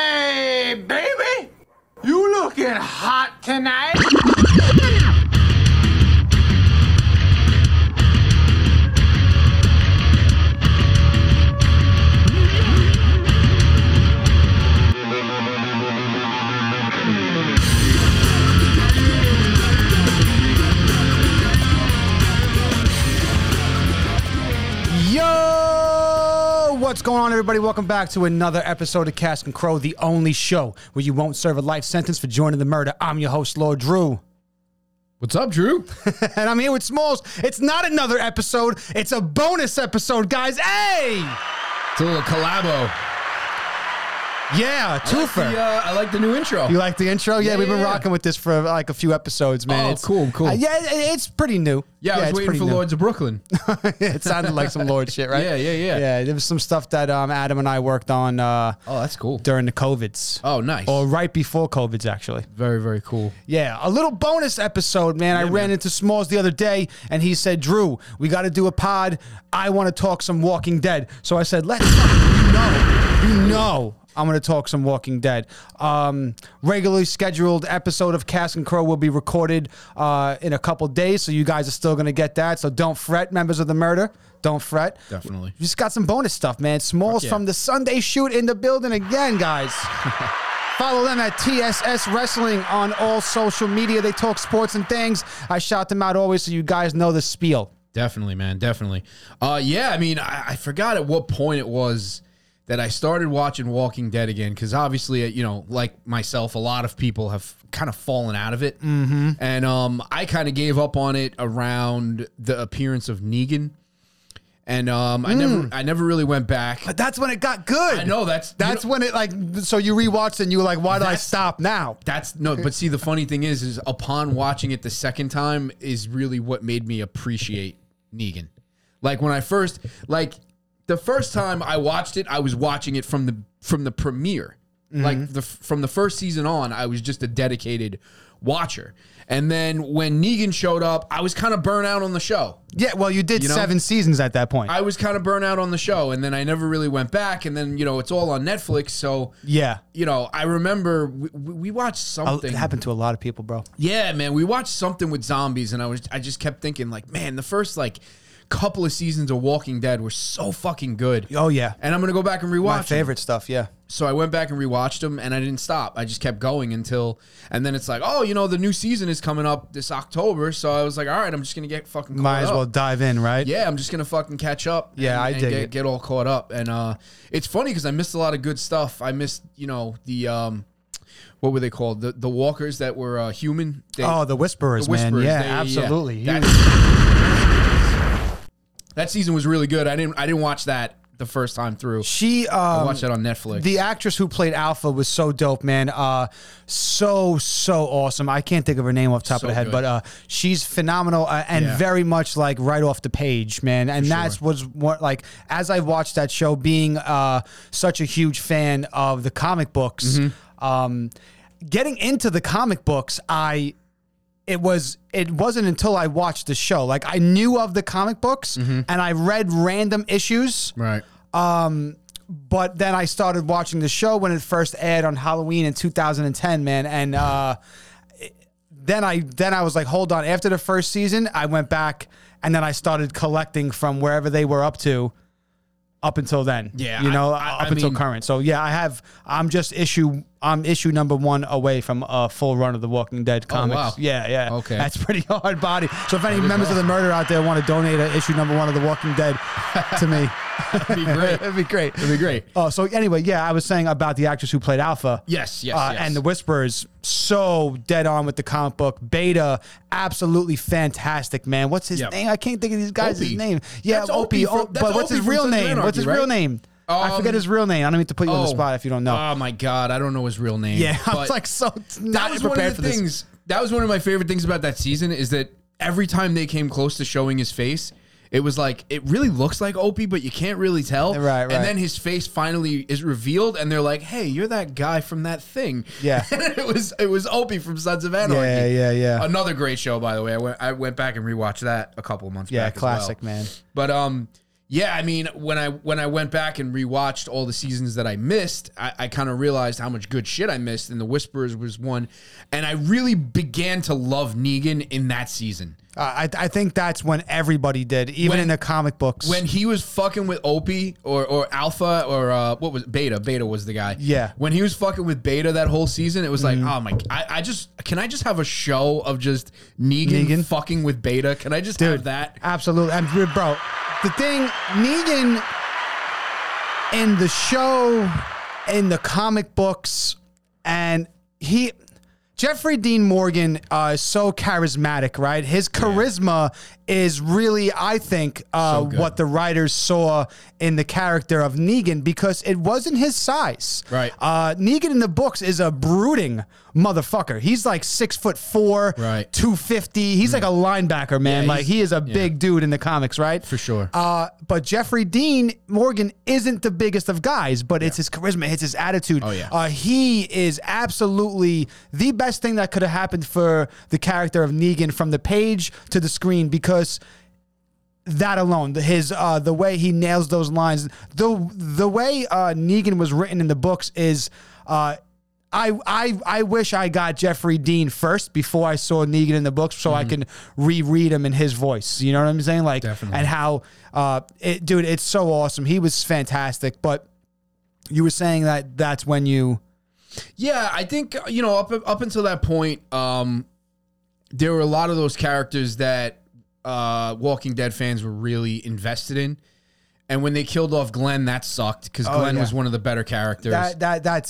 Hey, baby! You looking hot tonight? Yo, what's going on, everybody? Welcome back to another episode of Cask and Crow, the only show where you won't serve a life sentence for joining the murder. I'm your host, Lord Drew, What's up, Drew? and I'm here with Smalls. It's not another episode; it's a bonus episode, guys. Hey, It's a little collabo. yeah, twofer. The, uh, I like the new intro. you like the intro? Yeah, Yeah, we've been yeah, yeah. rocking with this for like a few episodes, man. Oh, cool, cool. uh, yeah, it- it's pretty new. yeah, I it's was waiting pretty for new. Lords of Brooklyn. it sounded like some Lord shit, right? Yeah, yeah, yeah. Yeah, there was some stuff that um, Adam and I worked on uh, Oh, that's cool. during the covids. Oh, nice. or right before COVID's actually. very, very cool. Yeah, a little bonus episode, man. I ran into Smalls the other day and he said, Drew, we got to do a pod. I want to talk some Walking Dead. So I said, let's, you know, you know. I'm going to talk some Walking Dead. Um, regularly scheduled episode of Cast and Crow will be recorded uh, in a couple days, so you guys are still going to get that. So don't fret, members of the murder. Don't fret. Definitely. We just got some bonus stuff, man. Smalls yeah. from the Sunday shoot in the building again, guys. Follow them at TSS Wrestling on all social media. They talk sports and things. I shout them out always so you guys know the spiel. Definitely, man. Definitely. Uh, yeah, I mean, I, I forgot at what point it was that I started watching Walking Dead again because obviously, uh, you know, like myself, a lot of people have kind of fallen out of it, mm-hmm. and um, I kind of gave up on it around the appearance of Negan, and um, I never, I never really went back. But that's when it got good. I know that's That's when it like so you rewatched and you were like, why did I That's- stop now? That's no, but see, the funny thing is, is upon watching it the second time is really what made me appreciate Negan. Like when I first, like the first time I watched it, I was watching it from the from the premiere, like the from the first season on. I was just a dedicated watcher, and then when Negan showed up, I was kind of burnt out on the show. Yeah, well, you did You know? seven seasons at that point. I was kind of burnt out on the show, and then I never really went back. And then you know, it's all on Netflix, so. yeah. You know, I remember we, we we watched Oh, something. It happened to a lot of people, bro. Yeah, man, we watched something with zombies, and I was I just kept thinking like, man, the first like couple of seasons of Walking Dead were so fucking good. Oh yeah. And I'm gonna go back and rewatch. My them. favorite stuff, yeah. So I went back and rewatched them, and I didn't stop. I just kept going until, and then it's like, oh, you know, the new season is coming up this October. So I was like, all right, I'm just gonna get fucking. Caught Might as up. well dive in, right? Yeah, I'm just gonna fucking catch up. Yeah, and- I and dig get, it. get all caught up. And uh, it's funny because I missed a lot of good stuff. I missed, you know, the um, what were they called? The the walkers that were uh, human. They, Oh, the whisperers, the Whisperers, man. Yeah, they- absolutely. He That- was- that season was really good. I didn't I didn't watch that the first time through. she um, I watched that on Netflix. The actress who played Alpha was so dope, man. Uh, so so awesome. I can't think of her name off the top So of the head, good. but uh, she's phenomenal uh, and Yeah. very much like right off the page, man. And that's sure. was what like as I watched that show, being uh, such a huge fan of the comic books. Mm-hmm. Um, getting into the comic books, I it was it wasn't until I watched the show. Like I knew of the comic books Mm-hmm. and I read random issues right. but then I started watching the show when it first aired on Halloween in 2010, man, and uh, it- then I then I was like, hold on. After the first season, I went back and then I started collecting from wherever they were up to, up until then. Yeah, you know, I- I- I up until mean- current. So yeah, I have. I'm just issue. I'm issue number one away from a full run of the Walking Dead comics. Oh, wow. Yeah, yeah. Okay. that's pretty hard body. So if any members of the murder out there want to donate an issue number one of the Walking Dead to me, That'd be great. it'd be great. That'd be great. Oh, so anyway, yeah, I was saying about the actress who played Alpha. Yes, yes, uh, yes. And the Whisperers, so dead on with the comic book. Beta, absolutely fantastic, man. What's his Yeah. name? I can't think of these guys' Opie. name. Yeah, That's Opie Opie. from- oh, that's but what's Opie his from real Sons of name? What's his Anarchy, real right? name? I forget Um, his real name. I don't mean to put you on the Oh. spot if you don't know. Oh my god, I don't know his real name. yeah, I but was like so that not was one prepared of for the this. things. That was one of my favorite things about that season is that every time they came close to showing his face, it was like it really looks like Opie, but you can't really tell. Right, right. And then his face finally is revealed, and they're like, "Hey, you're that guy from that thing." Yeah. and it was it was Opie from Sons of Anarchy. Yeah, yeah, yeah. Another great show, by the way. I went I went back and rewatched that a couple of months Yeah, back. as well. classic, man. But um, yeah, I mean, when I when I went back and rewatched all the seasons that I missed, I, I kind of realized how much good shit I missed. And the Whisperers was one, and I really began to love Negan in that season. Uh, I, I think that's when everybody did, even When- in the comic books. when he was fucking with Opie or or Alpha or uh, what was Beta? Beta was the guy. Yeah. Mm-hmm. When he was fucking with Beta that whole season, it was like, oh my! I, I just can I just have a show of just Negan, Negan? fucking with Beta? Can I just have that? Absolutely. I'm, bro, the thing, Negan in the show, in the comic books, and he. Jeffrey Dean Morgan uh, is so charismatic, right? His charisma is really, I think, uh, So good. what the writers saw in the character of Negan because it wasn't his size. Right. Uh, Negan in the books is a brooding motherfucker. He's like six foot four, Right. Mm. 250. He's like a linebacker, man. Yeah, like he's- he is a yeah. big dude in the comics, right? For sure. Uh, but Jeffrey Dean Morgan isn't the biggest of guys, but it's his charisma, it's his attitude. Oh, yeah. Uh, he is absolutely the best thing that could have happened for the character of Negan from the page to the screen because that alone, the- his uh, the way he nails those lines, the the way uh, Negan was written in the books is. Uh, I, I I wish I got Jeffrey Dean first before I saw Negan in the books, so Mm-hmm. I can reread him in his voice. You know what I'm saying? Like, Definitely. and how, uh, it, dude, it's so awesome. He was fantastic. But you were saying that that's when you Yeah, I think uh, you know up up until that point, um, there were a lot of those characters that uh, Walking Dead fans were really invested in. And when they killed off Glenn, that sucked because Glenn Oh, yeah. was one of the better characters. that that that's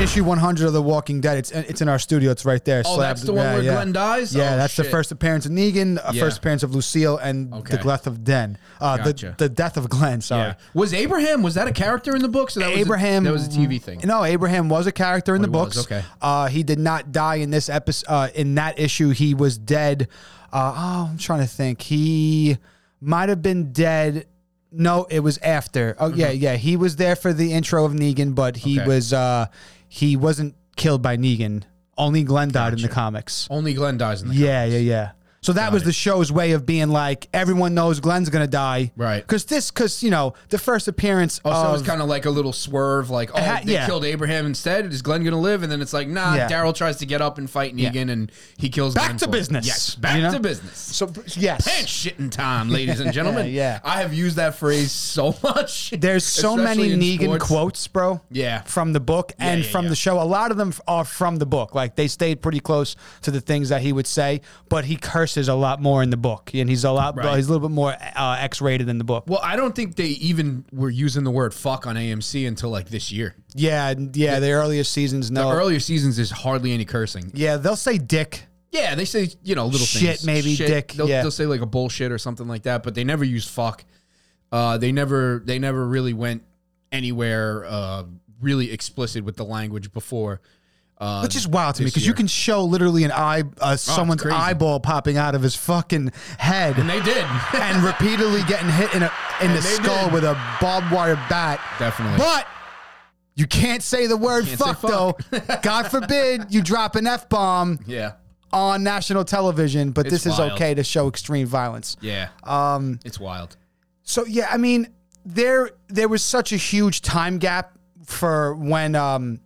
issue 100 of The Walking Dead. It's it's in our studio. It's right there. Oh, Slabbed- that's the one yeah, where yeah. Glenn dies. Yeah, Oh, that's the shit. first appearance of Negan, uh, Yeah. first appearance of Lucille, and Okay. the death of Den. Uh, Gotcha. the, the death of Glenn, sorry. Yeah. Was Abraham? Was that a character in the books? Or that was a- Abraham. that was a TV thing. Oh, No, Abraham was a character in the he was, books. okay. Uh, he did not die in this episode. Uh, in that issue, he was dead. Uh, oh, I'm trying to think. He might have been dead. No, it was after. Oh yeah, yeah. He was there for the intro of Negan, but he Mm-hmm. Okay. was uh, he wasn't killed by Negan. Only Glenn died in the comics. Only Glenn dies in the. Yeah, yeah, yeah. So that was the show's way of being like everyone knows Glenn's gonna die, Right. Because this, because you know, the first appearance Oh, so it of was kind of like a little swerve, like oh Ha- they yeah. killed Abraham instead. Is Glenn gonna live? And then it's like nah. Yeah. Daryl tries to get up and fight Negan, and he kills. Back Glenn to for it. business, Yes, back you know? to business. so yes, Pants shitting time, ladies and gentlemen. Yeah, yeah. I have used that phrase so much. There's so especially many in Negan sports. quotes, bro. Yeah. From the book and yeah, from yeah. the show. A lot of them are from the book. Like they stayed pretty close to the things that he would say, but he curses a lot more in the book. And he's a lot Right. he's a little bit more uh, X-rated in the book. Well, I don't think they even were using the word fuck on AMC until like this year. yeah, and- yeah, the earlier seasons no. Earlier seasons is hardly any cursing. yeah, they'll say dick. Yeah, they say you know little Shit, things. maybe, dick, They'll, yeah. they'll say like a bullshit or something like that, but they never use fuck. Uh, they never they never really went anywhere uh, really explicit with the language before. Uh, Which is wild to me this because you year. Oh, can show literally an eye, uh, someone's crazy. eyeball popping out of his fucking head, and they did. and repeatedly getting hit in a in the they skull did. with a barbed wire bat. Definitely. But you can't say the word can't say fuck, though. God forbid you drop an F bomb yeah, on national television, but It's this is wild. okay to show extreme violence. yeah. Um, it's wild. So yeah, I mean, there there was such a huge time gap for when um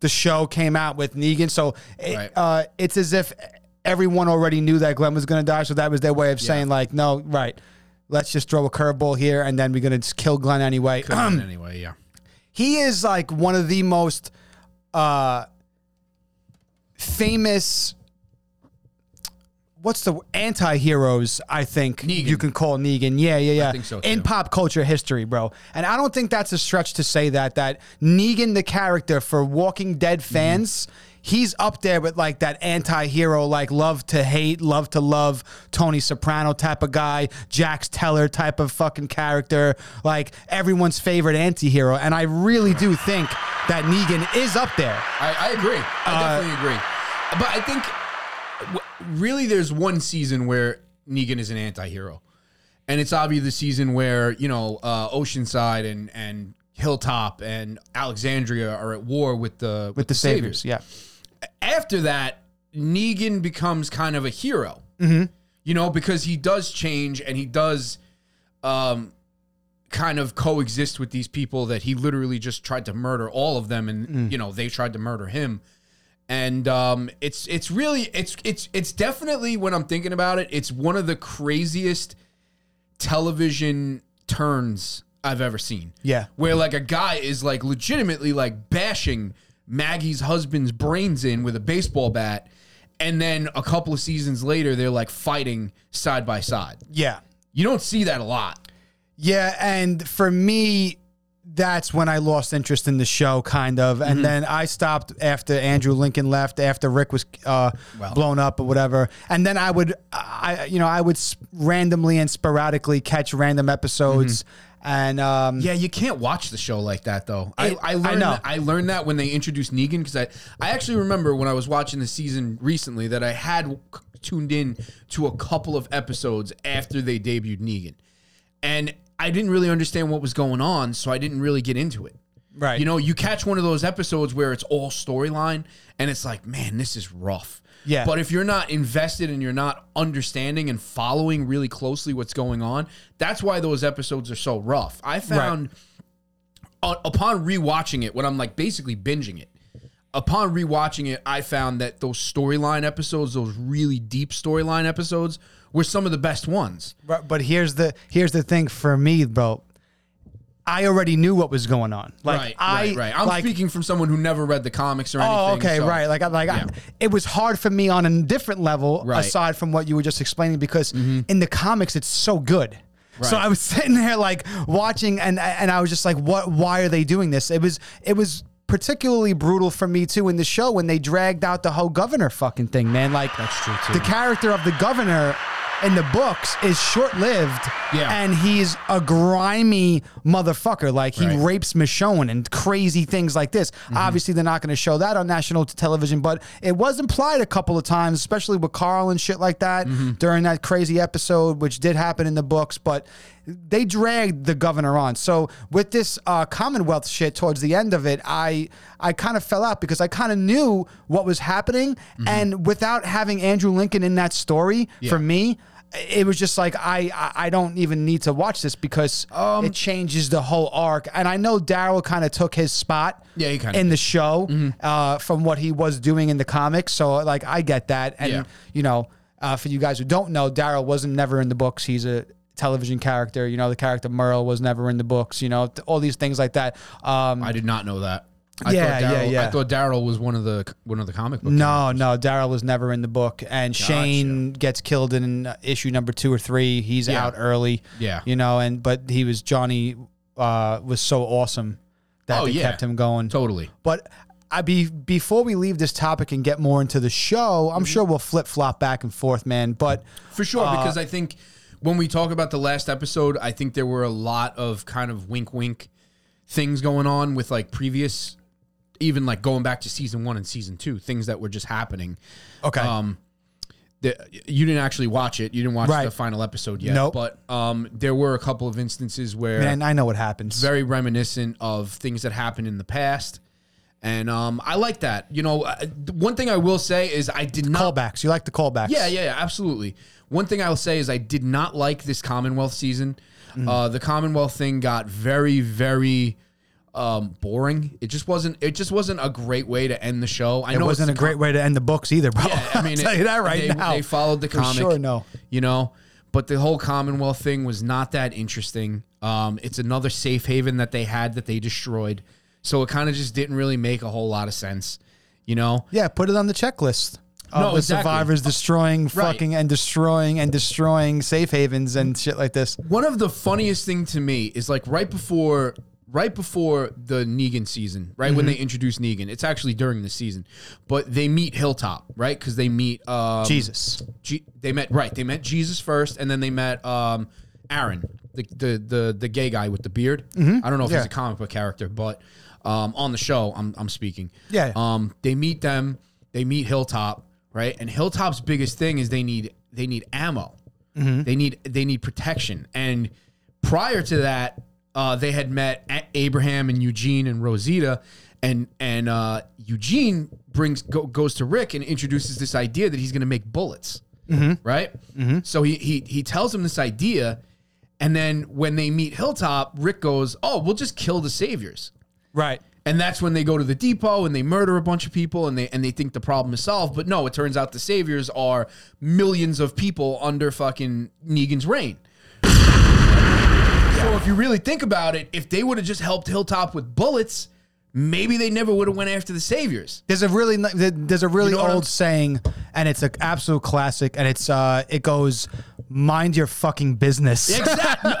the show came out with Negan. So it, Right. uh, it's as if everyone already knew that Glenn was going to die. So that was their way of saying like, no, right. Let's just throw a curveball here, and then we're gonna just kill Glenn anyway. anyway, yeah. he is like one of the most uh famous what's the anti-heroes i think Negan. you can call negan yeah yeah yeah think so, in too. pop culture history bro and i don't think that's a stretch to say that that negan the character for walking dead Mm-hmm. fans he's up there with like that anti-hero like love to hate love to love tony soprano type of guy jax teller type of fucking character like everyone's favorite anti-hero and i really do think that negan is up there I, I agree. I Uh, definitely agree. But I think w- really there's one season where Negan is an anti-hero. And it's obviously the season where, you know, uh, Oceanside and, and Hilltop and Alexandria are at war with the with the saviors, yeah After that, Negan Mm-hmm. becomes kind of a hero. You know, because he does change and he does um, kind of coexist with these people that he literally just tried to murder all of them, and you know they tried to murder him. And um, it's it's really it's it's it's definitely when I'm thinking about it, it's one of the craziest television turns I've ever seen. Yeah. Where like a guy is like legitimately like bashing Maggie's husband's brains in with a baseball bat. And then a couple of seasons later, they're like fighting side by side. Yeah. You don't see that a lot. Yeah, and for me, that's when I lost interest in the show, kind of. Mm-hmm. And then I stopped after Andrew Lincoln left, after Rick was uh, blown up or whatever. And then I would, I you know, I would s- randomly and sporadically catch random episodes. And um, Mm-hmm. Yeah, you can't watch the show like that though. I, It- I I learned know. That, I learned that when they introduced Negan because I I actually remember when I was watching the season recently that I had c- tuned in to a couple of episodes after they debuted Negan, and I didn't really understand what was going on, so I didn't really get into it. Right. You know, you catch one of those episodes where it's all storyline, and it's like, man, this is rough. Yeah. But if you're not invested and you're not understanding and following really closely what's going on, that's why those episodes are so rough. I found u- upon rewatching it, when I'm like basically binging it, upon rewatching it, I found that those storyline episodes, those really deep storyline episodes, were some of the best ones. But, but here's the here's the thing for me, bro. I already knew what was going on. Like right, I, right, right. I'm like, speaking from someone who never read the comics or anything. Oh, okay, so- right. Like, I, like, I- Yeah. it was hard for me on a different level, Right. Mm-hmm. aside from what you were just explaining, because in the comics it's so good. So Right. I was sitting there like watching, and and I was just like, what? Why are they doing this? It was it was particularly brutal for me too in the show when they dragged out the whole governor fucking thing, man. Like that's true, too. The character of the governor in the books is short lived, Yeah. and he's a grimy motherfucker. Like he Right. rapes Michonne and crazy things like this. Obviously, they're not going to show that on national t- television, but it was implied a couple of times, especially with Carl and shit like that during that crazy episode, which did happen in the books. But they dragged the governor on. So with this uh, Commonwealth shit towards the end of it, I I kind of fell out because I kind of knew what was happening, and without having Andrew Lincoln in that story for me. It was just like I I- I don't even need to watch this because Um, it changes the whole arc. And I know Daryl kind of took his spot. Yeah, he kinda Mm-hmm. in the show uh, from what he was doing in the comics. So like I get that, and Yeah. you know, uh, for you guys who don't know, Daryl wasn't never in the books. He's a television character. You know, the character Merle was never in the books. You know, th- all these things like that. Um, I did not know that. I Yeah, thought yeah, Daryl- yeah. I thought Daryl was one of the one of the comic books. no, no, Daryl was never in the book, and Shane gets killed in uh, issue number two or three. He's Yeah. out early. Yeah. you know, and but he was Johnny uh, was so awesome that Oh, they yeah. kept him going. totally. But I be before we leave this topic and get more into the show, Mm-hmm. I'm sure we'll flip flop back and forth, man. But For sure, because I think when we talk about the last episode, I think there were a lot of kind of wink wink things going on with like previous even like going back to season 1 and season 2, things that were just happening. okay, Um that you didn't actually watch it. You didn't watch Right. the final episode yet, Nope. but um there were a couple of instances where man, I know what happens. very reminiscent of things that happened in the past. And um, I like that. You know, I- the one thing I will say is I did not. callbacks, you like the callbacks? Yeah, yeah, yeah, absolutely. One thing I'll say is I did not like this Commonwealth season. Mm. Uh, the Commonwealth thing got very, very um, boring. It just wasn't. It just wasn't a great way to end the show. I It know it's wasn't a the great way to end the books either, bro. yeah, I mean, I'll tell you that right they, now. They followed the For comic. sure, no. You know, but the whole Commonwealth thing was not that interesting. Um, it's another safe haven that they had that they destroyed. So it kind of just didn't really make a whole lot of sense. You know, yeah, put it on the checklist. Of No, the exactly. survivors destroying fucking and destroying and destroying safe havens and shit like this. Um, one of the funniest thing to me is like right before right before the Negan season, right Mm-hmm. when they introduce Negan. It's actually during the season, but they meet Hilltop, right? Because they meet um, Jesus. Je- they met right. They met Jesus first, and then they met um, Aaron, the, the the the gay guy with the beard. I don't know if Mm-hmm. Yeah. he's a comic book character, but um, on the show, I'm I'm speaking. Yeah. Um, they meet them. They meet Hilltop, right? And Hilltop's biggest thing is they need they need ammo. Mm-hmm. They need they need protection. And prior to that, uh, they had met A- Abraham and Eugene and Rosita, and and uh, Eugene brings go, goes to Rick and introduces this idea that he's going to make bullets, right? So he he he tells him this idea, And then when they meet Hilltop, Rick goes, "Oh, we'll just kill the saviors." Right. And that's when they go to the depot and they murder a bunch of people and they and they think the problem is solved. But no, it turns out the saviors are millions of people under fucking Negan's reign. So if you really think about it, if they would have just helped Hilltop with bullets, maybe they never would have went after the saviors. There's a really ni- there- there's a really know what I'm- old saying, and it's an absolute classic, and it's uh it goes, mind your fucking business. Exactly.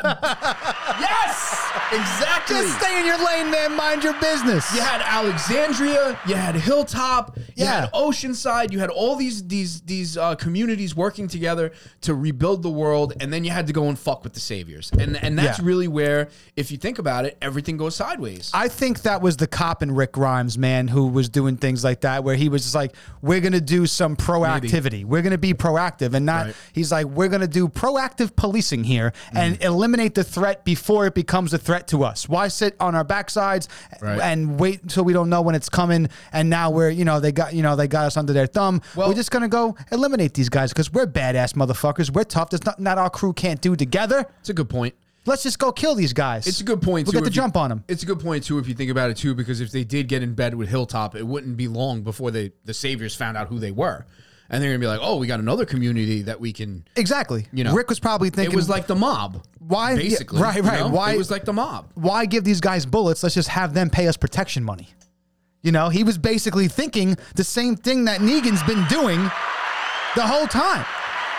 yes. Exactly. Just stay in your lane, man. Mind your business. You had Alexandria, you had Hilltop, you Yeah. had Oceanside, you had all these these these uh, communities working together to rebuild the world, and then you had to go and fuck with the saviors, and and that's Yeah. really where, if you think about it, everything goes sideways. I think that was the cop in Rick Grimes, man, who was doing things like that, where he was just like, "We're gonna do some proactivity. We're gonna be proactive, and not." Right. Mm. He's like, "We're gonna do proactive policing here and eliminate the threat before it becomes a threat to us. Why sit on our backsides Right. and wait until we don't know when it's coming? And now we're, you know, they got, you know, they got us under their thumb. Well- we're just gonna go eliminate these guys because we're badass motherfuckers. We're tough. There's not not our crew can't do together. It's a good point. Let's just go kill these guys. It's a good point. We'll too, get the if you- jump on them. It's a good point too if you think about it too, because if they did get in bed with Hilltop, it wouldn't be long before they the saviors found out who they were, and they're gonna be like, oh, we got another community that we can. Exactly. You know, Rick was probably thinking It was like the mob. Why- yeah, Basically, right, you right. know? Why- it was like the mob? why give these guys bullets? Let's just have them pay us protection money. You know, he was basically thinking the same thing that Negan's been doing the whole time.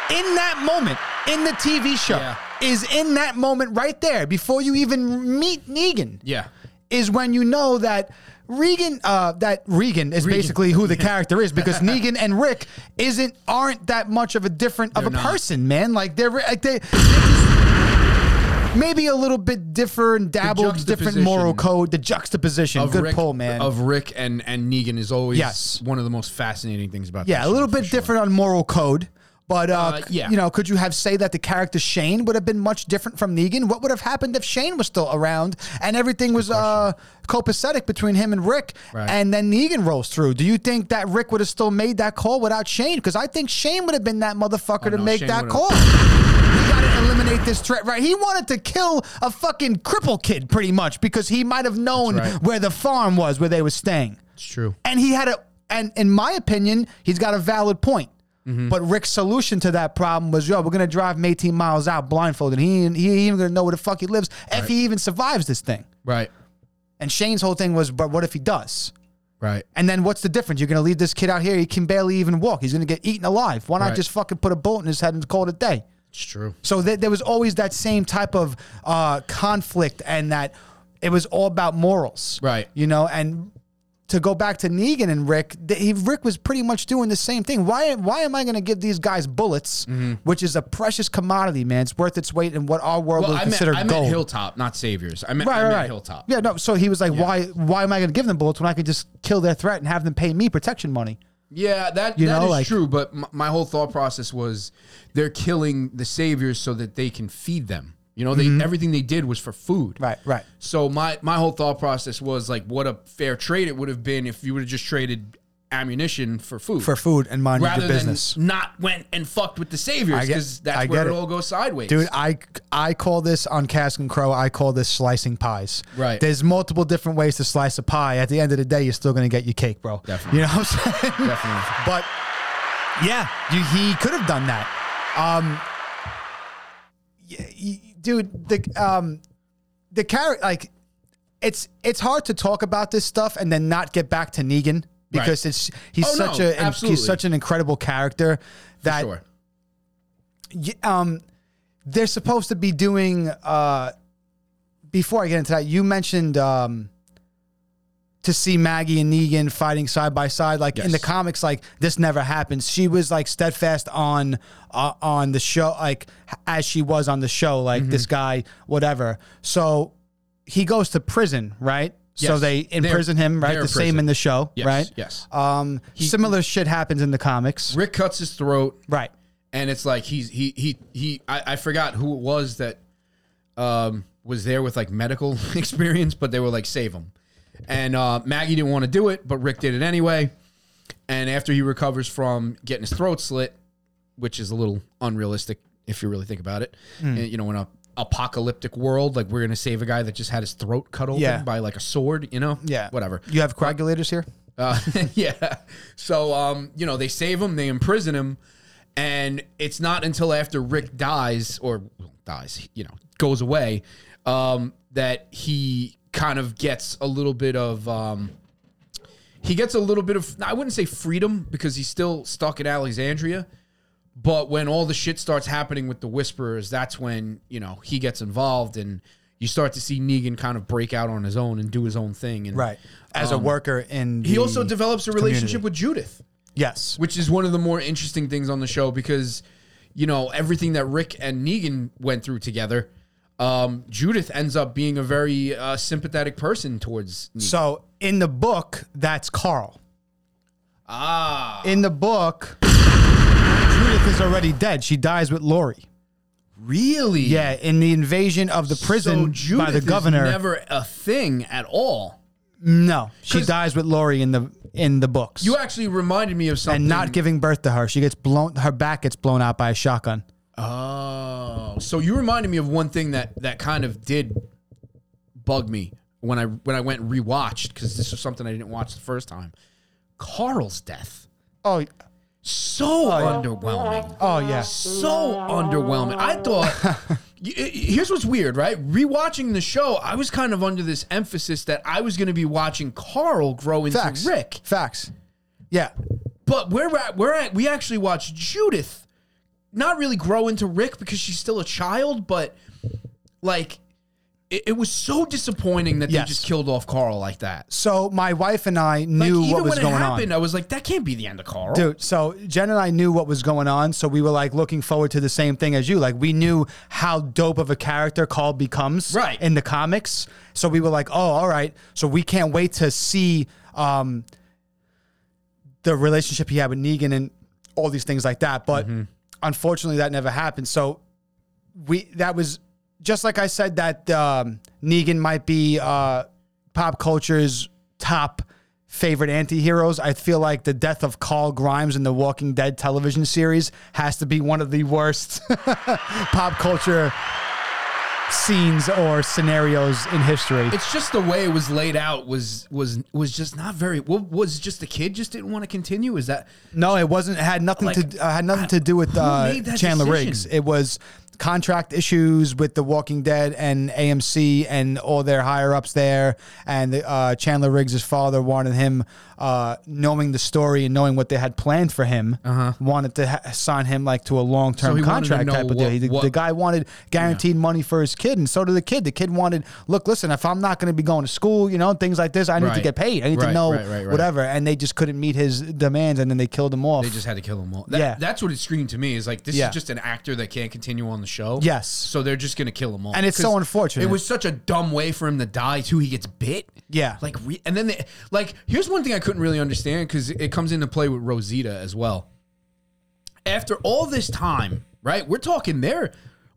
In that moment, in the TV show, Yeah. is in that moment right there before you even meet Negan. Yeah. Is when you know that Regan, uh, that Regan is basically who the character is because Negan and Rick isn't aren't that much of a different of They're a not. person, man. Like they're like they, they just, maybe a little bit different, dabble different juxtaposition moral code. The juxtaposition, good Rick, pull, man. Of Rick and and Negan is always Yes. one of the most fascinating things about. yeah, this a little show, for bit sure. different on moral code. But uh, Uh, c- yeah. you know, could you have say that the character Shane would have been much different from Negan? What would have happened if Shane was still around and everything was uh, copacetic between him and Rick, Right. and then Negan rolls through? Do you think that Rick would have still made that call without Shane? Because I think Shane would have been that motherfucker no, to make Shane that would've- call. We gotta eliminate this threat, right? He wanted to kill a fucking cripple kid, pretty much, because he might have known That's right. where the farm was, where they were staying It's true. and he had a and in my opinion he's got a valid point but rick's solution to that problem was yo we're gonna drive him 18 miles out blindfolded he ain't, he ain't even gonna know where the fuck he lives if he even survives this thing Right. and shane's whole thing was but what if he does Right. and then what's the difference you're gonna leave this kid out here he can barely even walk he's gonna get eaten alive why not Right. just fucking put a bullet in his head and call it a day It's true. so th- there was always that same type of uh, conflict, and that it was all about morals, Right. You know, and to go back to Negan and Rick, th- he, Rick was pretty much doing the same thing. Why? Why am I going to give these guys bullets, Mm-hmm. which is a precious commodity, man? It's worth its weight in what our world Well, would I meant, consider I meant gold. Hilltop, not Saviors. I meant, Right, I right, meant right. Hilltop. Yeah, no. So he was like, "Why? Why am I going to give them bullets when I could just kill their threat and have them pay me protection money?" Yeah, that that You is know, like- true. But m- my whole thought process was they're killing the saviors so that they can feed them. You know, they everything they did was for food. Mm-hmm. Right, right. So my my whole thought process was like, what a fair trade it would have been if you would have just traded ammunition for food. For food and mind rather your business. than not went and fucked with the I saviors get- because that's I where get it, it. all goes sideways. Dude, I I call this on Cask and Crow. I call this slicing pies. Right. There's multiple different ways to slice a pie. At the end of the day, you're still gonna get your cake, bro. Definitely. You know what I'm saying? definitely. But yeah, you, he could have done that. Um, y- y- dude, the um, the character like it's it's hard to talk about this stuff and then not get back to Negan because it's he's Oh, such no, a and absolutely. he's such an incredible character that sure. y- um, they're supposed to be doing. Uh, before I get into that, you mentioned um, to see Maggie and Negan fighting side by side, like in Yes. the comics, like this never happens. She was like steadfast on uh, on the show, like h- as she was on the show, like this Mm-hmm. guy, whatever. So he goes to prison, right? So Yes. they They're- imprison him, right? they're The same prison. in the show, Yes, right? yes. Um, similar shit happens in the comics, Rick cuts his throat. right? and it's like he's he he he I, I forgot who it was that um was there with like medical experience but they were like save him and uh maggie didn't want to do it but rick did it anyway and after he recovers from getting Hmm. his throat slit which is a little unrealistic if eh, you really think about it and, you know in a apocalyptic world. Like we're gonna save a guy that just had his throat cut open Yeah. by like a sword. You know, Yeah. whatever. You have coagulators here? Uh, yeah. So, um, you know, they save him, they imprison him, and it's not until after Rick dies or well, dies, you know, goes away, um, that he kind of gets a little bit of. Um, he gets a little bit of I wouldn't say freedom because he's still stuck in Alexandria, but when all the shit starts happening with the Whisperers, that's when you know he gets involved and you start to see Negan kind of break out on his own and do his own thing. And As a worker in Um, he the also develops a relationship with Judith, Yes. which is one of the more interesting things on the show because, you know, everything that Rick and Negan went through together, um, Judith ends up being a very uh, sympathetic person towards Negan. So in the book, that's Carl. Ah, In the book, Judith is already dead. She dies with Lori. really? Yeah, in the invasion of the prison by the is governor. never a thing at all. no, she 'Cause- dies with Lori in the in the books. You Mm. actually reminded me of something. and not giving birth to her, she gets blown. Her back gets blown out by a shotgun. Oh, so you reminded me of one thing that that kind of did bug me when I when I went and rewatched because this was something I didn't watch the first time. Carl's death Oh, so underwhelming, oh yeah. so underwhelming. I thought. Y- y- Here's what's weird, right? Rewatching the show, I was kind of under this emphasis that I was going to be watching Carl grow into Facts. Rick, Facts. Yeah. but we're at, we're at, we actually watched Judith not really grow into Rick because she's still a child, but like it, it was so disappointing that Yes. they just killed off Carl like that. So my wife and I Like, knew even what was when going it on. happened, I was like, that can't be the end of Carl. Dude, so Jen and I knew what was going on, so we were like looking forward to the same thing as you. Like we knew how dope of a character Carl becomes Right. in the comics. So we were like, "Oh, all right." So we can't wait to see um the relationship he had with Negan and all these things like that. But unfortunately, that never happened. So we that was just like I said that um, Negan might be uh, pop culture's top favorite anti-heroes. I feel like the death of Carl Grimes in the Walking Dead television series has to be one of the worst pop culture scenes or scenarios in history. It's just the way it was laid out was was was just not very. wa- Was just the kid just didn't want to continue? Is that No, it wasn't. It had nothing Like, to uh, had nothing to do with uh, made that Chandler decision? Riggs. It was contract issues with The Walking Dead and AMC and all their higher ups there. And uh, Chandler Riggs' father wanted him, uh, knowing the story and knowing what they had planned for him, wanted to ha- sign him like to a long Uh-huh. So term he wanted to contract know type of deal. what- He, what- the guy wanted guaranteed money for his kid, and so did the kid. The kid wanted, look, listen, if I'm not going to be going to school, you know, things like this, I need to Right. get paid. I need to Right, know right, right, right. whatever. And they just couldn't meet his demands, and then they killed him off. they just had to kill him all? That, Yeah. that's what it screamed to me. Is like this Yeah. is just an actor that can't continue on the show. Yes. so they're just gonna kill him all. And it's so 'Cause unfortunate. It was such a dumb way for him to die too. He gets bit. Yeah. like re- and then they, like here's one thing I couldn't really understand because it comes into play with Rosita as well. After all this time, right? We're talking they're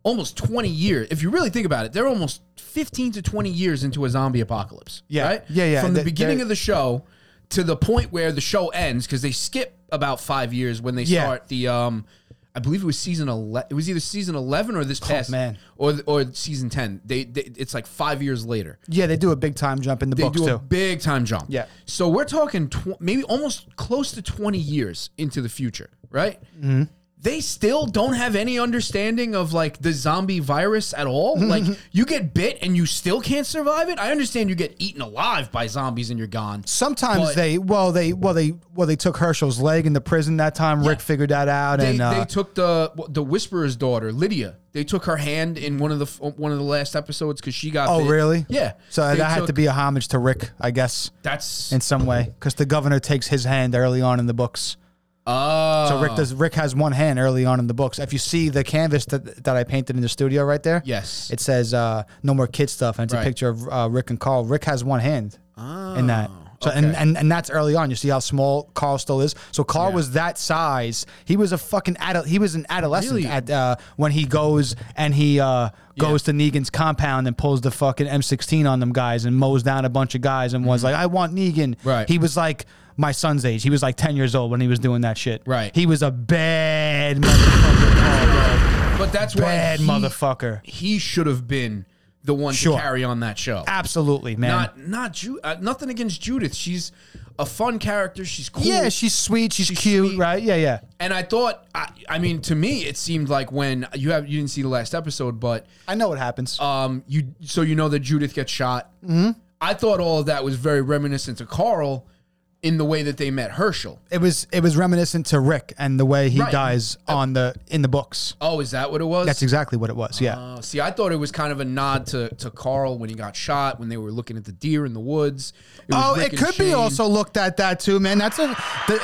almost 20 years. If you really think about it, they're almost 15 to 20 years into a zombie apocalypse. Yeah. right? Yeah, yeah. From the They- beginning they're- of the show to the point where the show ends because they skip about five years when they Yeah. start the um i believe it was season 11 it was either season 11 or this past Oh, man. or or season 10 they, they it's like five years later Yeah, they do a big time jump in the they books do a too. big time jump Yeah. so we're talking tw- maybe almost close to 20 years into the future right mm-hmm. they still don't have any understanding of like the zombie virus at all like you get bit and you still can't survive it i understand you get eaten alive by zombies and you're gone Sometimes But- they well they well they well they took Herschel's leg in the prison that time. Rick figured that out, They, and uh, they took the the whisperer's daughter Lydia. They took her hand in one of the one of the last episodes because she got. oh bit. really? Yeah. So They that had to took- be a homage to Rick, I guess, That's in some way, because the governor takes his hand early on in the books. oh. So Rick does. Rick has one hand early on in the books. If you see the canvas that, that I painted in the studio right there, Yes. it says uh, "No more kid stuff," and it's a Right. picture of uh, Rick and Carl. Rick has one hand in that. So and, Oh, okay. and and that's early on. You see how small Carl still is. So Carl was that size. He was a fucking adult. He was an adolescent Really? at uh, when he goes and he uh, goes to Negan's compound and pulls the fucking M16 on them guys and mows down a bunch of guys and was like, "I want Negan." Mm-hmm. Right. He was like my son's age. He was like ten years old when he was doing that shit. Right. He was a bad motherfucker. Carl, bro. but that's why bad he- motherfucker. He should have been the one Sure. to carry on that show. Absolutely, man. Not not Ju- uh, nothing against Judith. She's a fun character. She's cool. yeah, she's sweet. She's, She's cute, sweet. right? Yeah, yeah. and I thought I, I mean to me it seemed like when you have you didn't see the last episode, but I know what happens. um you so you know that Judith gets shot. Mm-hmm. I thought all of that was very reminiscent to Carl in the way that they met Herschel. it was it was reminiscent to Rick and the way he Right. dies on the in the books. Oh, is that what it was? That's exactly what it was. Yeah. Uh, see, I thought it was kind of a nod to, to Carl when he got shot when they were looking at the deer in the woods. was Oh, Rick it and could be Shane. also looked at that too, man. That's a the,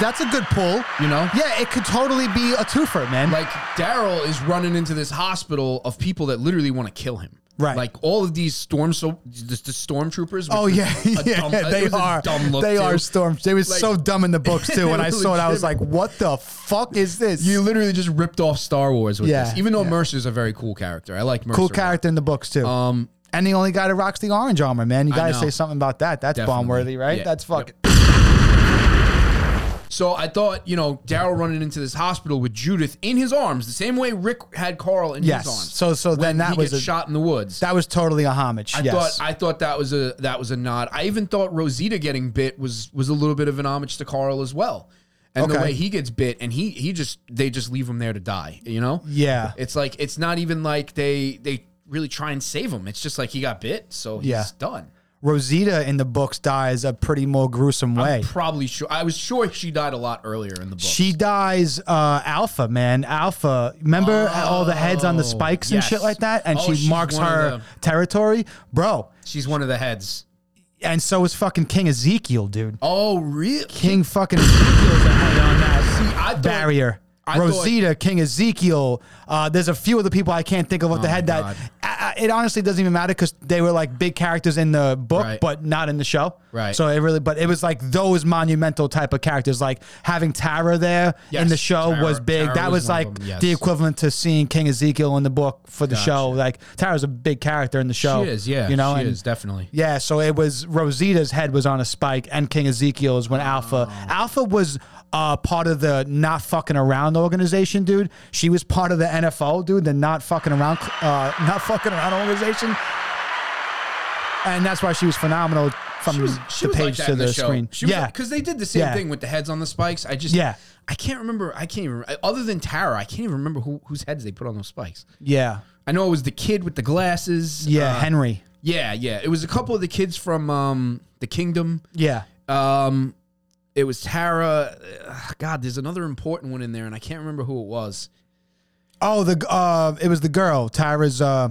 that's a good pull. You know? Yeah, it could totally be a twofer, man. like Daryl is running into this hospital of people that literally want to kill him. Right. Like all of these storm so the, the stormtroopers. which oh was yeah, a yeah, dumb- it they was a are. dumb look, they too. are storms. They was Like- so dumb in the books too. When I They saw it, I was like, legit- "What the fuck is this?" You literally just ripped off Star Wars with Yeah, this. Even though yeah. Mercer's a very cool character, I like Mercer. a cool lot. character in the books too. Um, and the only guy that rocks the orange armor, man. You gotta know. say something about that. That's Definitely. bomb worthy, right? Yeah. That's fucking. So I thought, you know, Daryl running into this hospital with Judith in his arms, the same way Rick had Carl in Yes. his arms. So- so then when that he was gets a- shot in the woods. That was totally a homage. I yes. thought I thought that was a that was a nod. I even thought Rosita getting bit was was a little bit of an homage to Carl as well. And the Okay. way he gets bit and he he just they just leave him there to die, you know? Yeah. It's like it's not even like they they really try and save him. It's just like he got bit, so he's Yeah. done. Rosita in the books dies a pretty more gruesome way. Probably sure I was sure she died a lot earlier in the book. She dies uh, Alpha, man. Alpha. Remember all the heads on the Oh, spikes and yes. shit like that? And Oh, she's she marks one of her them. territory? Bro. She's one of the heads. And so is fucking King Ezekiel, dude. Oh, really? King fucking Ezekiel's a head on that I thought, barrier. I Rosita, King Ezekiel. Uh, there's a few of the people I can't think of off the my head Oh God. that I, I, it honestly doesn't even matter because they were like big characters in the book, Right. but not in the show. Right. So it really, but it was like those monumental type of characters. Like having Tara there in the Yes, show Tara- was big. Tara that was was, one of like them, yes. the equivalent to seeing King Ezekiel in the book for the Gotcha. show. Like Tara's a big character in the show. She is, yeah. You know, she and- is definitely. yeah, so it was Rosita's head was on a spike, and King Ezekiel's when Alpha Oh. Alpha was uh, part of the not fucking around organization, dude. She was part of the NFL, dude, the not fucking around, uh, not fucking around organization, and that's why she was phenomenal from She was, she the was like page that to in the, the, show. screen. She yeah, because they did the same Yeah. thing with the heads on the spikes. I just Yeah. I can't remember. I can't even. I- Other than Tara, I can't even remember who whose heads they put on those spikes. yeah, I know it was the kid with the glasses. yeah. uh, Henry, Yeah, yeah. It was a couple of the kids from um the kingdom. yeah, Um, it was Tara. Ugh, God, there's another important one in there, and I can't remember who it was. Oh, the uh, it was the girl Tyra's uh,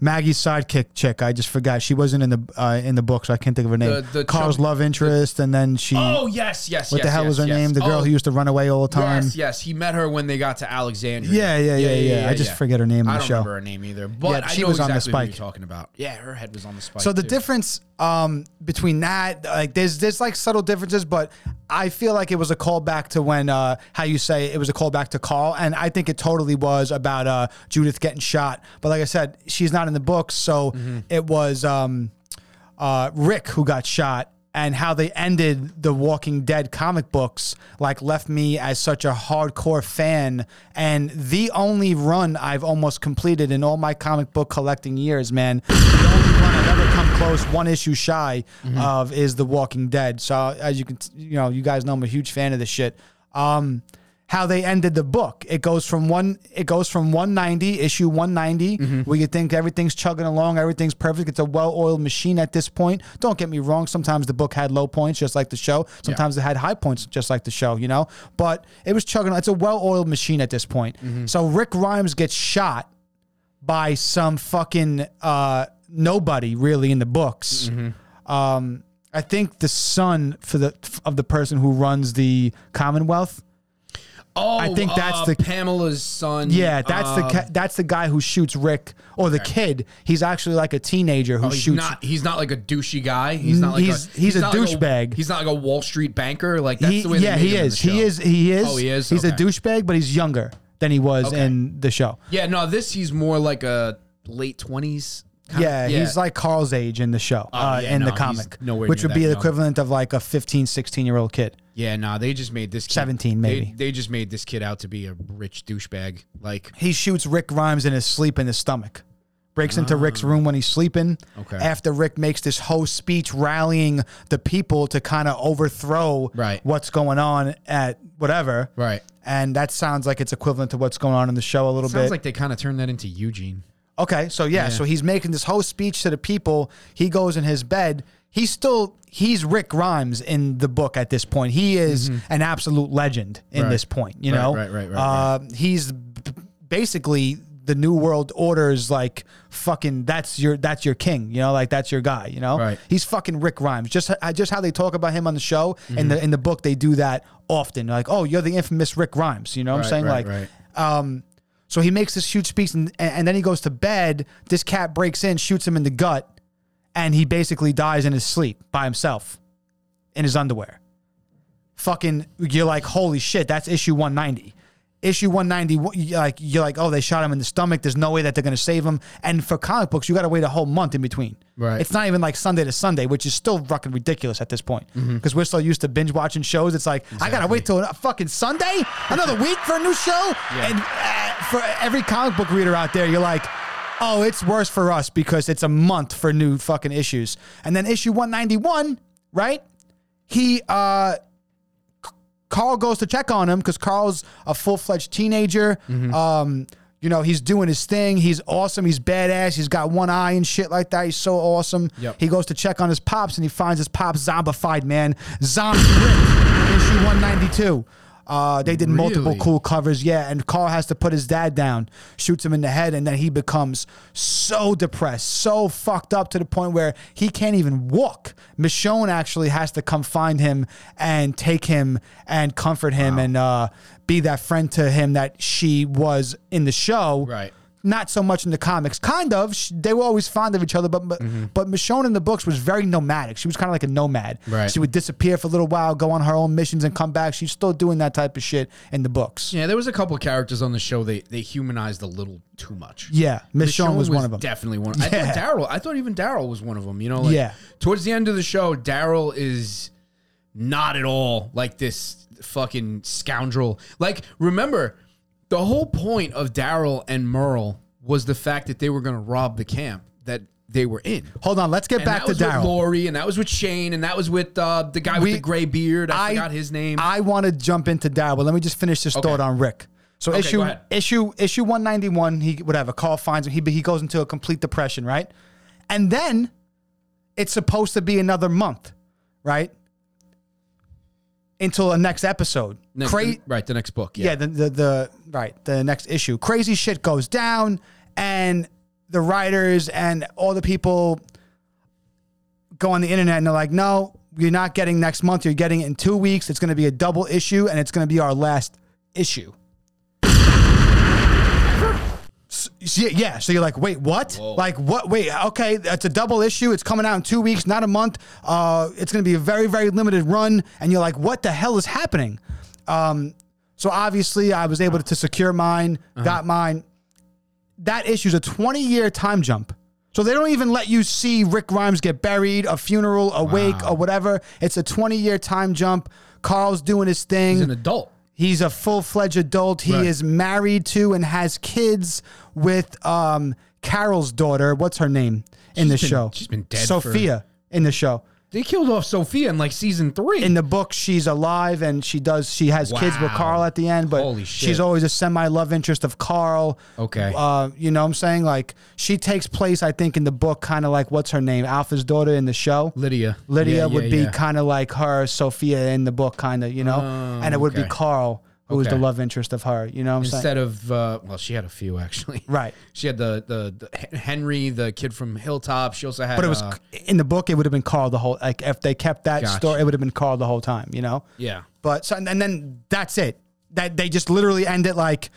Maggie's sidekick chick. I just forgot she wasn't in the uh, in the book, so I can't think of her name. The- the Carl's chubby- love interest, and then she. Oh yes, yes. what the yes, hell yes, was her yes. name? The girl Oh, who used to run away all the time. Yes, yes. He met her when they got to Alexandria. Yeah, yeah, yeah, yeah. I just forget her name in I the don't show. remember her name either. But Yeah, I she know was on the exactly who spike. you're talking about. Yeah, her head was on the spike. So the too. difference um, between that, like there's there's like subtle differences, but I feel like it was a callback to when uh, how you say it was a callback to Carl, and I think it totally was about uh, Judith getting shot. But like I said, she's not in the books, so Mm-hmm. it was um, uh, Rick who got shot. And how they ended the Walking Dead comic books, like left me as such a hardcore fan, and the only run I've almost completed in all my comic book collecting years, man. The only one I've ever come close, one issue shy of, is The Walking Dead. So as you can, you know, you guys know I'm a huge fan of this shit. Um, how they ended the book. It goes from one. It goes from 190 issue 190, where you think everything's chugging along, everything's perfect. It's a well-oiled machine at this point. Don't get me wrong. Sometimes the book had low points, just like the show. Sometimes it had high points, just like the show. You know, but it was chugging. It's a well-oiled machine at this point. So Rick Grimes gets shot by some fucking uh, nobody really in the books. Um, I think the son for the of the person who runs the Commonwealth. Oh, I think that's uh, the- Pamela's son. Yeah, that's the uh, ca- that's the guy who shoots Rick or the kid. He's actually like a teenager who Oh, He's shoots. Mm, not. He's not like a douchey guy. He's not like He's- a, he's a not like douchebag. he's not like a Wall Street banker. Like that's he, the way. yeah, they made he him in is. the He show. is. He is. Oh, he is? He's a Okay. douchebag, but he's younger than he was Okay. in the show. Yeah, no, this he's more like a late twenties. Yeah, he's like Carl's age in the show, uh, Oh, yeah, in no, the he's comic, nowhere which near would be that the young. equivalent of like a 15, 16 year old kid. Yeah, nah, they just made this kid, 17 they- maybe. They, just made this kid out to be a rich douchebag. Like, He shoots Rick Grimes in his sleep in his stomach. Breaks into Rick's room when he's sleeping. Ah. Okay. After Rick makes this whole speech rallying the people to kind of overthrow Right. what's going on at whatever. Right. And that sounds like it's equivalent to what's going on in the show a little sounds bit. like they kind of turned that into Eugene. Okay, so yeah, so he's making this whole speech to the people. He goes in his bed. He's still he's Rick Grimes in the book at this point. He is an absolute legend in Mm-hmm. Right. this point. You Right, know, right, right, right, Uh, He's b- basically the New World Order's like fucking. That's your that's your king. You know, like that's your guy. You know, Right. he's fucking Rick Grimes. Just h- just how they talk about him on the show Mm-hmm. and the in the book, they do that often. Like, oh, you're the infamous Rick Grimes. You know what Right, I'm saying? right, like, right. so he makes this huge speech and, and then he goes to bed. This cat breaks in, shoots him in the gut, and he basically dies in his sleep by himself in his underwear. Fucking, you're like, holy shit, that's issue 190. Issue 190, wh- you're like, you're like, oh, they shot him in the stomach. There's no way that they're going to save him. And for comic books, you got to wait a whole month in between. Right. It's not even like Sunday to Sunday, which is still fucking ridiculous at this point because we're so used to binge watching shows. It's like, I got to wait till a fucking Sunday, another week for a new show. And uh, for every comic book reader out there, you're like, oh, it's worse for us because it's a month for new fucking issues. And then issue 191, right? He, uh, Carl goes to check on him because Carl's a full fledged teenager. Mm-hmm. Um, you know, he's doing his thing. He's awesome. He's badass. He's got one eye and shit like that. He's so awesome. Yep. He goes to check on his pops and he finds his pops zombified, man. Zombie ripped. Issue 192. Uh, they did multiple Really? cool covers, yeah. And Carl has to put his dad down, shoots him in the head, and then he becomes so depressed, so fucked up to the point where he can't even walk. Michonne actually has to come find him and take him and comfort him and uh, be that friend to him that she was in the show. Right. Not so much in the comics, kind of. Sh they were always fond of each other, but but, Mm-hmm. but Michonne in the books was very nomadic. She was kind of like a nomad. Right. She would disappear for a little while, go on her own missions, and come back. She's still doing that type of shit in the books. Yeah, there was a couple characters on the show they they humanized a little too much. Yeah, Miss Shawn was, one of them. Definitely one. I Yeah. thought Daryl. I thought even Daryl was one of them. You know, like, Yeah. Towards the end of the show, Daryl is not at all like this fucking scoundrel. Like, remember the whole point of Daryl and Merle was the fact that they were going to rob the camp that they were in. Hold on, let's get And back that to was with Daryl. Lori, and that was with Shane, and that was with uh, the guy We- with the gray beard. I, forgot his name. I want to jump into Daryl, but let me just finish this thought on Rick. So Okay, issue go ahead. issue issue one ninety one. He whatever. Carl finds him. He he goes into a complete depression, right? And then it's supposed to be another month, right? Until the next episode. Next- Cra- right, the next book. yeah, the, the the right the next issue crazy shit goes down and the writers and all the people go on the internet and they're like no you're not getting next month you're getting it in two weeks it's going to be a double issue and it's going to be our last issue S- yeah, yeah. So you're like, wait, what? Like, what? Wait, okay, it's a double issue. It's coming out in two weeks, not a month. Uh, it's going to be a very, very limited run. And you're like, what the hell is happening? Um, so obviously, I was able to secure mine, got mine. That issue's a 20 year time jump. So they don't even let you see Rick Grimes get buried, a funeral, a wake, or whatever. It's a 20 year time jump. Carl's doing his thing. He's an adult. He's a full fledged adult. He Right. is married to and has kids with um, Carol's daughter. What's her name in the She's been- show? she's been dead for- Sophia in the show. They killed off Sophia in like season three. In the book, she's alive and she does. She has kids with Wow. Carl at the end, but Holy she's shit. always a semi love interest of Carl. Okay. uh, you know what I'm saying? Like she takes place, I think, in the book, kind of like what's her name, Alpha's daughter in the show. Lydia. Yeah, Lydia would yeah, be yeah. kind of like her, Sophia in the book, kind of, you know, and it would be Oh, okay. Carl who is Okay. the love interest of her. You know what I'm saying? instead of uh, well, she had a few actually. Right. She had the, the the Henry, the kid from Hilltop. She also had. But it was uh, in the book. It would have been Carl the whole. Like if they kept that Gotcha. story, it would have been Carl the whole time. You know. yeah. But so and then that's it. That they just literally end it like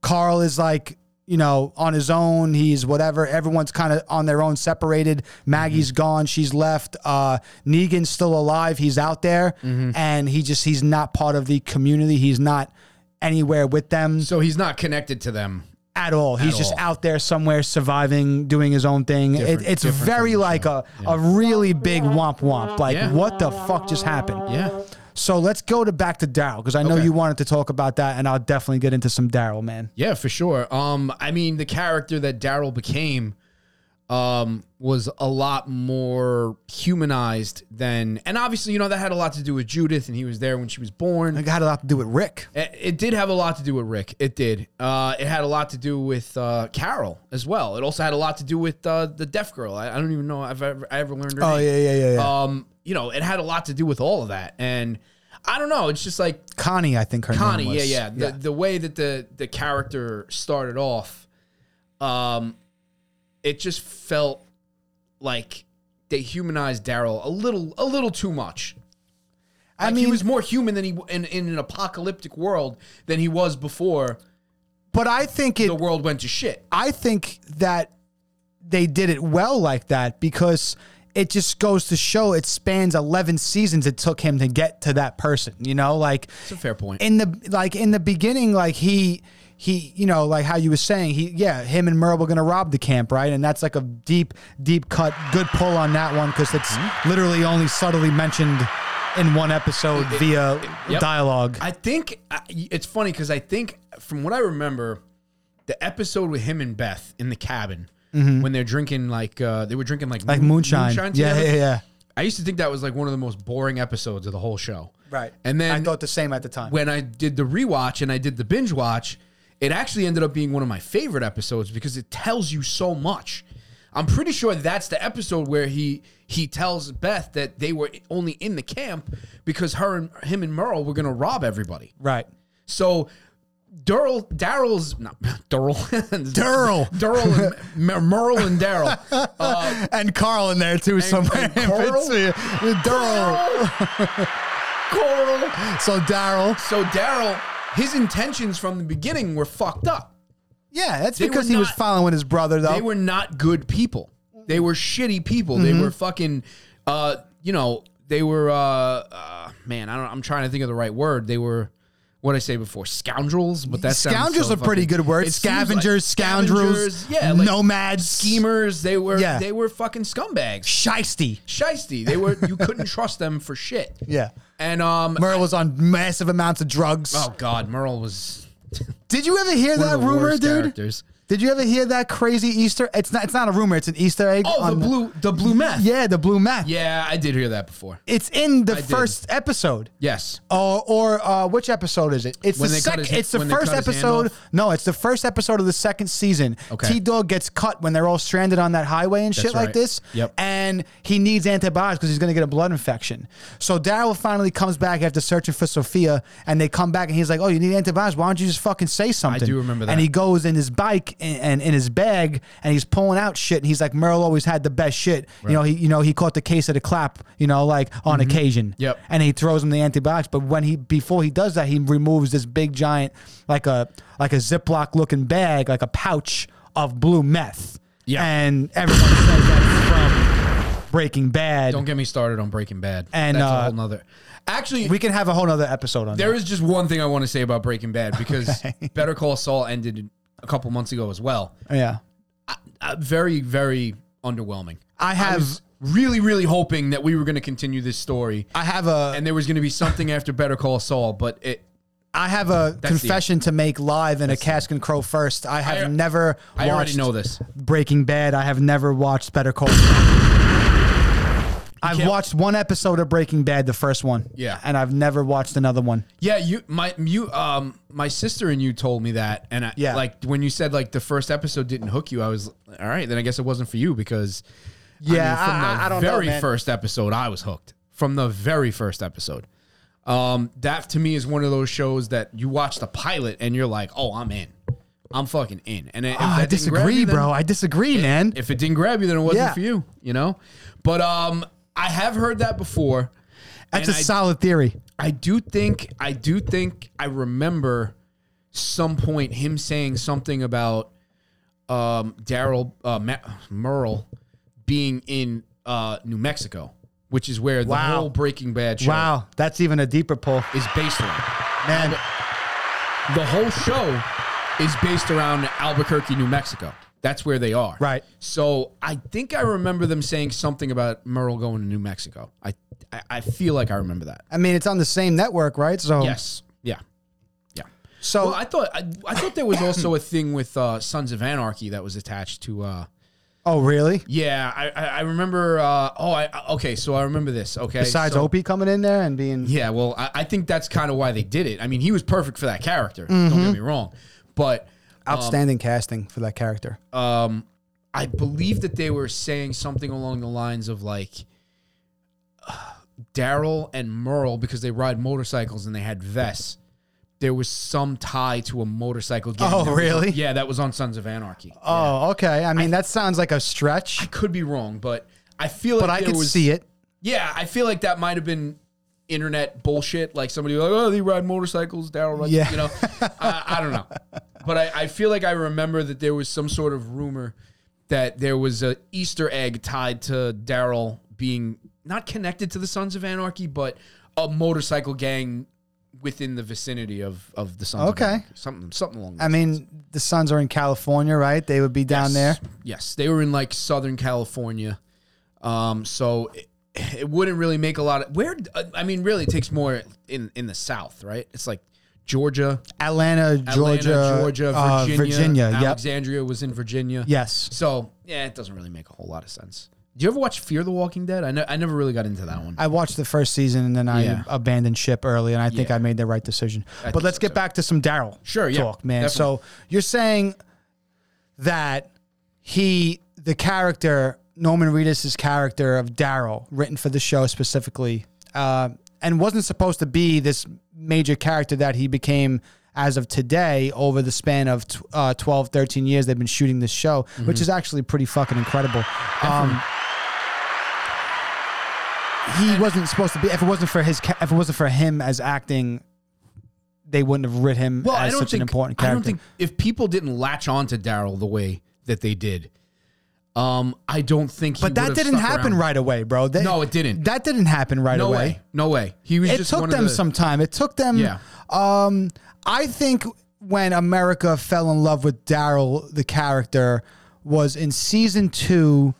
Carl is like you know on his own. He's whatever. Everyone's kind of on their own, separated. Maggie's Mm-hmm. gone. She's left. Uh, Negan's still alive. He's out there, Mm-hmm. and he just he's not part of the community. He's not anywhere with them So he's not connected to them at all. He's just all. out there somewhere surviving, doing his own thing. It, Different- it's different from very the like a, a really big womp womp. Like, Yeah. what the fuck just happened? Yeah. So let's go to back to Daryl because I know Okay. you wanted to talk about that, and I'll definitely get into some Daryl, man. Yeah, for sure. Um, I mean, the character that Daryl became um, was a lot more humanized than, and obviously, you know, that had a lot to do with Judith, and he was there when she was born. It had a lot to do with Rick. It, it did have a lot to do with Rick. It did. Uh, it had a lot to do with uh, Carol as well. It also had a lot to do with uh, the deaf girl. I, I don't even know if I ever, I ever learned her Oh name. yeah, yeah, yeah, yeah. Um, you know, it had a lot to do with all of that, and I don't know. It's just like Connie, I think her Connie, name was. yeah, yeah. The, the way that the the character started off, um, it just felt like they humanized Daryl a little a little too much. I Like, mean, he was more human than he in, in an apocalyptic world than he was before but I think it the world went to shit. I think that they did it well like that because it just goes to show it spans 11 seasons it took him to get to that person, you know? Like It's a fair point. in the like in the beginning like he he you know like how you were saying he yeah him and Merle were gonna rob the camp right and that's like a deep deep cut good pull on that one because it's Mm-hmm. literally only subtly mentioned in one episode via yep. dialogue I think I- it's funny because I think from what I remember, the episode with him and Beth in the cabin when they're drinking like uh, they were drinking Mm-hmm. like like moon- moonshine, yeah, together. yeah yeah I used to think that was like one of the most boring episodes of the whole show. right And then I thought the same at the time when I did the rewatch and I did the binge watch, it actually ended up being one of my favorite episodes because it tells you so much. I'm pretty sure that's the episode where he he tells Beth that they were only in the camp because her and him and Merle were gonna rob everybody. right So Daryl, Daryl's not Daryl, Daryl. Daryl, and M- Merle and Daryl. Uh, and Carl in there too somewhere. and Carl? With uh, Daryl. Coral. So Daryl. So Daryl, his intentions from the beginning were fucked up. Yeah, that's They because were he was not- following his brother though. They were not good people. They were shitty people. Mm-hmm. They were fucking, uh, you know, they were, uh, uh, man, I don't, I'm trying to think of the right word. They were, what did I say before, scoundrels, but that sounds scoundrels so are pretty fucking- good words. It seems like Scavengers, scoundrels, scavengers, yeah, like nomads, schemers. They were, Yeah. they were fucking scumbags, shisty. shisty. They were, you couldn't trust them for shit. Yeah. And um, Merle was on massive amounts of drugs. oh god, Merle was Did you ever hear one that of the rumor, worst dude? characters. Did you ever hear that crazy Easter? It's not. It's not a rumor. It's an Easter egg. Oh, the on- blue, the blue meth. Yeah, the blue map. Yeah, I did hear that before. It's in the I did. first episode. Yes. or or uh, which episode is it? It's When the they cut second. his- It's the when they first cut his hand episode. off? No, it's the first episode of the second season. Okay. T Dog gets cut when they're all stranded on that highway and shit like right. this. Yep. And he needs antibiotics because he's gonna get a blood infection. So Daryl finally comes back after searching for Sophia, and they come back and he's like, "Oh, you need antibiotics? Why don't you just fucking say something?" do remember that. And he goes in his bike and, and in his bag, and he's pulling out shit. And he's like, "Merle always had the best shit. You know, he you know he caught the case of the clap. You know, like on occasion." Mm-hmm. Yep. and he throws him the antibiotics. But when he before he does that, he removes this big giant like a like a Ziploc looking bag, like a pouch of blue meth. Yeah. and everyone says that's from Breaking Bad. Don't get me started on Breaking Bad. And, that's uh, a whole nother. Actually, we can have a whole nother episode on there that. is just one thing I want to say about Breaking Bad because Better Call Saul ended a couple months ago as well. Yeah, Uh, very, very underwhelming. I have- was really, really hoping that we were going to continue this story I have a and there was going to be something after Better Call Saul, but it. I have a confession to make live in a Cask and Crow first. I have I- never I already watched know this. Breaking Bad. I have never watched Better Call Saul. I've can't- watched one episode of Breaking Bad, the first one. Yeah. And I've never watched another one. Yeah, you, my, you, um, my sister and you told me that, and I, Yeah. like when you said like the first episode didn't hook you, I was all right. Then I guess it wasn't for you because I Yeah, mean, from I- the I- I don't know, very man. first episode, I was hooked. From the very first episode, um, that to me is one of those shows that you watch the pilot and you're like, "Oh, I'm in, I'm fucking in." And if Ah, I that didn't grab disagree, you, then- bro. I disagree, man. if it didn't grab you, then it wasn't Yeah. for you, you know. But um, I have heard that before. That's a and I- solid theory. I do think I do think I remember some point him saying something about um, Daryl uh, Ma- Merle being in uh, New Mexico, which is where the Wow. whole Breaking Bad show Wow, that's even a deeper pull, is based on. man. The whole show is based around Albuquerque, New Mexico. That's where they are. Right. So I think I remember them saying something about Merle going to New Mexico. I I, I feel like I remember that. I mean, it's on the same network, right? So Yes. Yeah. Yeah. So Well, I thought I, I thought there was also a thing with uh, Sons of Anarchy that was attached to. Uh, oh really? yeah, I, I I remember. Uh, oh, I I- okay. So I remember this. Okay. Besides so- Opie coming in there and being Yeah, well, I, I think that's kind of why they did it. I mean, he was perfect for that character. Mm-hmm. Don't get me wrong, but outstanding casting for that character. um, I believe that they were saying something along the lines of like uh, Daryl and Merle because they ride motorcycles and they had vests. There was some tie to a motorcycle. Gang Oh, that was- really? yeah, that was on Sons of Anarchy. Oh, okay. I mean, that sounds like a stretch, Could be wrong, but I feel like but I there could was, see it. Yeah, I feel like that might have been internet bullshit. Like somebody was like, oh, they ride motorcycles, Daryl rides, Yeah. you know. I, I don't know, but I, I feel like I remember that there was some sort of rumor that there was a Easter egg tied to Daryl being not connected to the Sons of Anarchy, but a motorcycle gang within the vicinity of of the Sons. Okay. of Anarchy. something something along. I mean, the Suns are in California, right? They would be down there. Yes. Yes, they were in like Southern California, um, so it, it wouldn't really make a lot of where. uh, I mean, really, it takes more in in the South, right? It's like Georgia, Atlanta, Georgia, Atlanta, Georgia, uh, Virginia, Virginia. Yep. Alexandria was in Virginia. Yes, So yeah, it doesn't really make a whole lot of sense. Do you ever watch Fear the Walking Dead? I know I never really got into that one. I watched the first season and then I Yeah. abandoned ship early, and I think Yeah. I made the right decision. think but let's so, get too. back to some Daryl Sure, yeah, talk, man. So you're saying that he, the character Norman Reedus' character of Daryl, written for the show specifically, uh, and wasn't supposed to be this major character that he became as of today over the span of tw- uh, 12 13 years they've been shooting this show Mm-hmm. which is actually pretty fucking incredible um, he wasn't supposed to be if it wasn't for his ca- if it wasn't for him as acting they wouldn't have writ him well, as I don't such think an important I character don't think if people didn't latch on to Daryl the way that they did, um, I don't think. he but that would've didn't stuck happen around. right away bro That- No, it didn't. that didn't happen right No away way. No way. He was it just took one of them the- some time. It took them. Yeah. Um, I think when America fell in love with Daryl, the character, was in season 2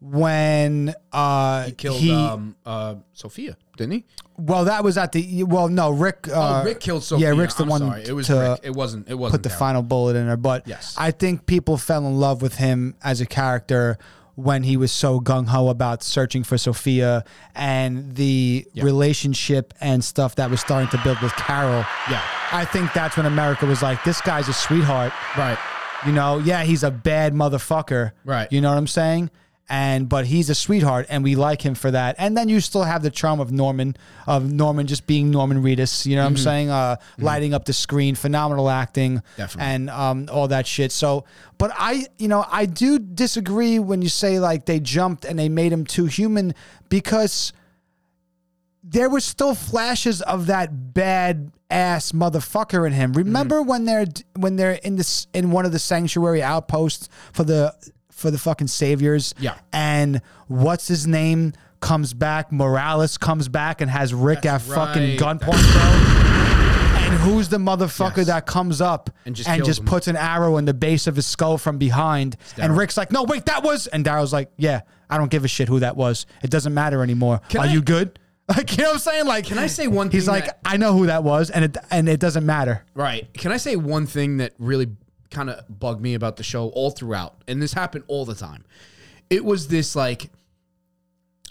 when uh, Mm-hmm. he killed um uh Sophia, didn't he? well, that was at the well, no, Rick. Uh, oh, Rick killed Sophia. Yeah, Rick's the I'm one. Sorry. It was to Rick. It wasn't. It wasn't put the Daryl. final bullet in her. But Yes. I think people fell in love with him as a character when he was so gung ho about searching for Sophia and the relationship and stuff that was starting to build with Carol. Yeah. I think that's when America was like, this guy's a sweetheart. Right. You know, yeah, he's a bad motherfucker. Right. You know what I'm saying? And but he's a sweetheart, and we like him for that. And then you still have the charm of Norman, of Norman just being Norman Reedus. You know what Mm-hmm. I'm saying? Uh, lighting up the screen, phenomenal acting, Definitely. and um, all that shit. So, but I, you know, I do disagree when you say like they jumped and they made him too human because there were still flashes of that bad ass motherfucker in him. Remember when they're when they're in this in one of the sanctuary outposts for the for the fucking saviors. Yeah. And what's his name comes back, Morales comes back and has Rick That's at fucking right. gunpoint, bro. And who's the motherfucker Yes. that comes up And just and kills just him. puts an arrow in the base of his skull from behind? And Daryl. Rick's like, "No, wait, that was." And Daryl's like, "Yeah, I don't give a shit who that was. It doesn't matter anymore. Can Are I- you good?" Like, you know what I'm saying? Like, Can I say one He's thing like, that- I know who that was, and it and it doesn't matter. Right. Can I say one thing that really kind of bugged me about the show all throughout? And this happened all the time. It was this like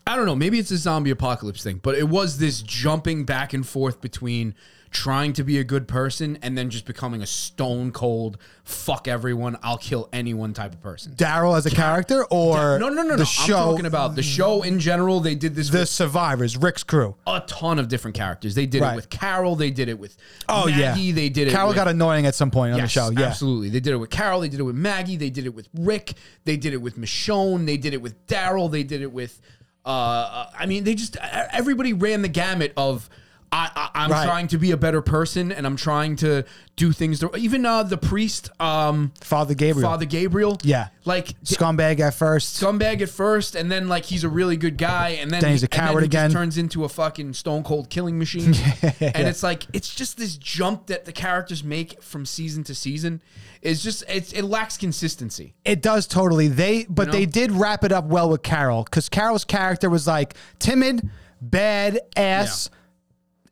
I don't know, maybe it's a zombie apocalypse thing, but it was this jumping back and forth between trying to be a good person and then just becoming a stone cold fuck everyone, I'll kill anyone type of person. Daryl as a character, or No, no, no, the no. show, Mm-hmm. I'm talking about the show in general. They did this the with survivors, Rick's crew. a ton of different characters. They did Right. it with Carol. They did it with Oh Maggie. yeah, They did it. Carol with, got annoying at some point on Yes, the show. Yeah, absolutely. They did it with Carol. They did it with Maggie. They did it with Rick. They did it with Michonne. They did it with Daryl. They did it with. Uh, uh, I mean, they just e- everybody ran the gamut of. I, I I'm Right. trying to be a better person, and I'm trying to do things. The, even uh, the priest, um, Father Gabriel, Father Gabriel, Yeah. like scumbag at first. scumbag at first, and then like he's a really good guy, and then, Then he's a and then coward he just again. turns into a fucking stone cold killing machine. And it's like it's just this jump that the characters make from season to season. It's just it's, it lacks consistency. It does totally. They but know? they did wrap it up well with Carol because Carol's character was like timid, bad ass,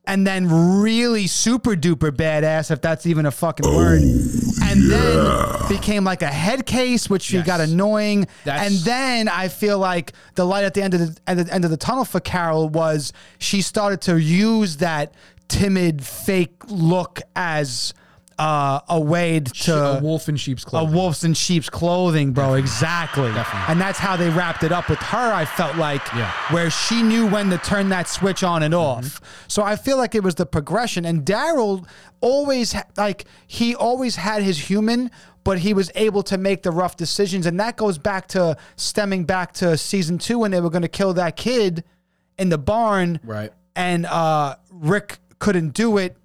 and then really super duper badass if that's even a fucking word. And then became like a head case, which she got Yes. annoying. That's- and then I feel like the light at the end of the at the end of the tunnel for Carol was she started to use that timid fake look as uh, a way to a wolf in sheep's a clothing. wolf's in sheep's clothing, bro. Exactly. Definitely. And that's how they wrapped it up with her, I felt like, Yeah. Mm-hmm. where she knew when to turn that switch on and off. So I feel like it was the progression. And Daryl always, ha- like, he always had his human, but he was able to make the rough decisions. And that goes back to stemming back to season two when they were going to kill that kid in the barn. Right. And uh, Rick couldn't do it.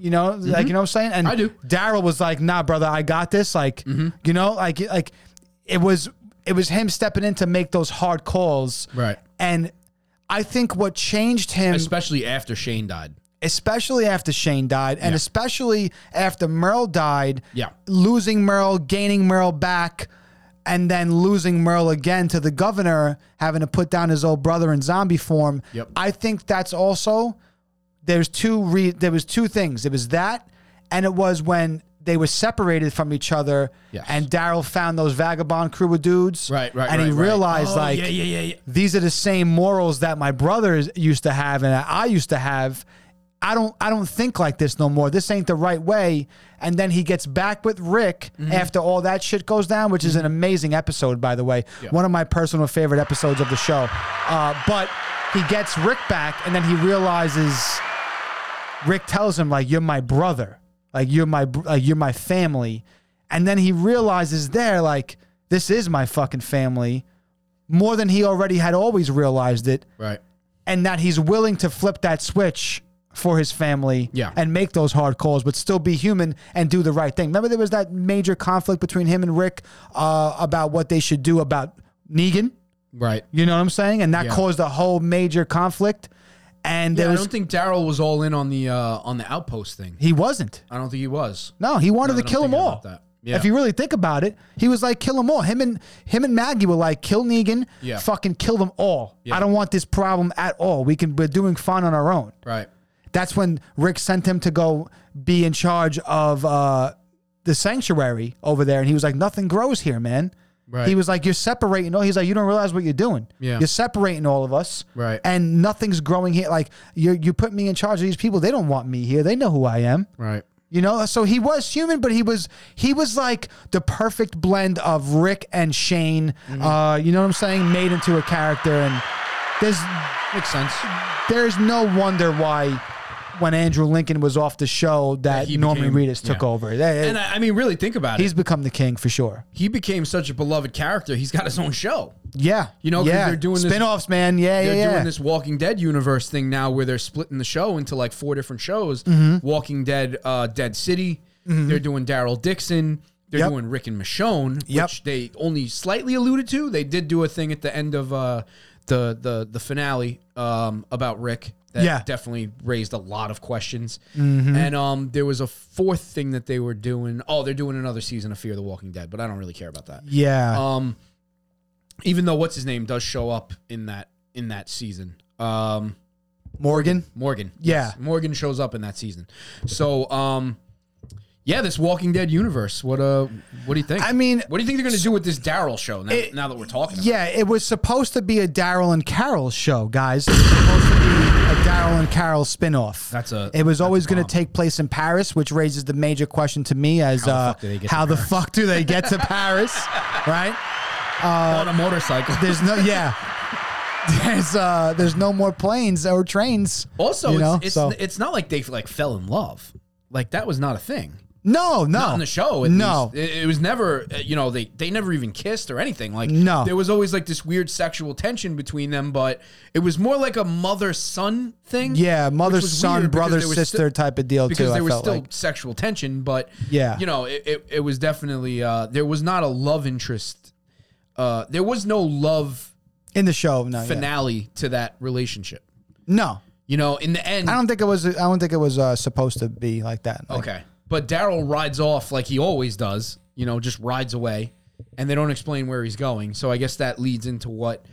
You know, like you know what I'm saying? And Mm-hmm. I do. Mm-hmm. Daryl was like, "Nah, brother, I got this." Like, you know, like like it was it was him stepping in to make those hard calls, Right. And I think what changed him, especially after Shane died. especially after Shane died, and especially after Merle died, Yeah. losing Merle, gaining Merle back, and then losing Merle again to the governor, having to put down his old brother in zombie form. Yep. I think that's also there's two re- there was two things. It was that, and it was when they were separated from each other, Yes. and Daryl found those vagabond crew of dudes, Right, right, and he right, right. realized Oh, like, yeah, yeah, yeah, yeah. these are the same morals that my brothers used to have and that I used to have. I don't I don't think like this no more. This ain't the right way. And then he gets back with Rick after all that shit goes down, which is an amazing episode, by the way. One of my personal favorite episodes of the show. Uh, but he gets Rick back, and then he realizes Rick tells him like you're my brother, like you're my br- like you're my family, and then he realizes there like this is my fucking family, more than he already had always realized it, Right. and that he's willing to flip that switch for his family Yeah. and make those hard calls, but still be human and do the right thing. Remember there was that major conflict between him and Rick uh, about what they should do about Negan. Right. You know what I'm saying? And that Yeah. caused a whole major conflict. And Yeah, there I was don't think Daryl was all in on the uh, on the outpost thing. he wasn't. I don't think he was. No, he wanted No, to I kill don't them think all. about that. Yeah. If you really think about it, he was like, kill them all. Him and him and Maggie were like, kill Negan, Yeah. fucking kill them all. Yeah. I don't want this problem at all. We can we're doing fine on our own. Right. That's when Rick sent him to go be in charge of uh, the sanctuary over there, and he was like, nothing grows here, man. Right. He was like, you're separating. all. he's like, you don't realize what you're doing. Yeah. You're separating all of us. Right. And nothing's growing here. Like you, you put me in charge of these people. They don't want me here. They know who I am. Right. You know, so he was human, but he was he was like the perfect blend of Rick and Shane. Mm-hmm. Uh, you know what I'm saying? Made into a character, and there's Makes sense. there's no wonder why when Andrew Lincoln was off the show that he Norman became- Reedus took yeah. over. They- And I, I mean, really think about he's it. become the king for sure. He became such a beloved character. He's got his own show. Yeah, You know, 'cause yeah. they're doing this- spinoffs, man. Yeah, yeah, They're yeah. doing this Walking Dead universe thing now, where they're splitting the show into like four different shows: Mm-hmm. Walking Dead, uh, Dead City. They're doing Daryl Dixon. They're Yep. doing Rick and Michonne, Yep. which they only slightly alluded to. They did do a thing at the end of uh, the the the finale um, about Rick. That Yeah. Mm-hmm. definitely raised a lot of questions. And um, there was a fourth thing that they were doing. Oh, they're doing another season of Fear the Walking Dead, but I don't really care about that yeah, um even though what's his name does show up in that in that season um Morgan. morgan Yeah. morgan shows up in that season so um yeah this walking dead universe what uh what do you think I mean- what do you think they're gonna do with this daryl show now, now that we're talking about Yeah, it was supposed to be a Daryl and Carol show, guys. It was supposed to be a Daryl and Carol spinoff. That's a- It was that's always a going to bomb. take place in Paris, which raises the major question to me as the uh, fuck do they get how to the fuck do they get to Paris, right? it on a motorcycle There's no yeah. There's uh there's no more planes or trains. also you know, it's, it's, so- it's not like they like fell in love like that was not a thing No, no. on the show. at No. least. It, it was never, uh, you know, they they never even kissed or anything. Like, No. there was always like this weird sexual tension between them, but it was more like a mother son thing. Yeah, which mother, was son, weird because brother, there was sister still- type of deal because too. there I was felt still like. sexual tension, but Yeah. you know, it, it, it was definitely uh, there was not a love interest. Uh, there was no love in the show. No, yeah. finale to that relationship. no. You know, in the end, I don't think it was. I don't think it was uh, supposed to be like that. Like, Okay. But Daryl rides off like he always does, you know, just rides away, and they don't explain where he's going. So I guess that leads into what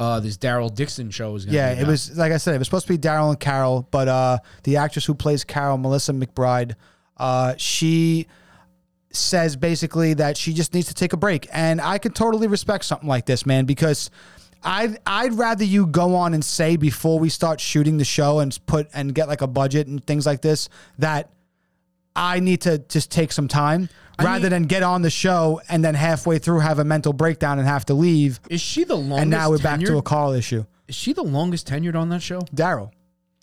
uh, this Daryl Dixon show is going to Yeah, it was like I said. It was supposed to be Daryl and Carol, but uh, the actress who plays Carol, Melissa McBride, uh, she says basically that she just needs to take a break, and I could totally respect something like this, man, because. I'd, I'd rather you go on and say before we start shooting the show and put and get like a budget and things like this that I need to just take some time rather mean- than get on the show and then halfway through have a mental breakdown and have to leave Is she the longest and now we're tenured? back to a Carl issue. Is she the longest tenured on that show? Daryl.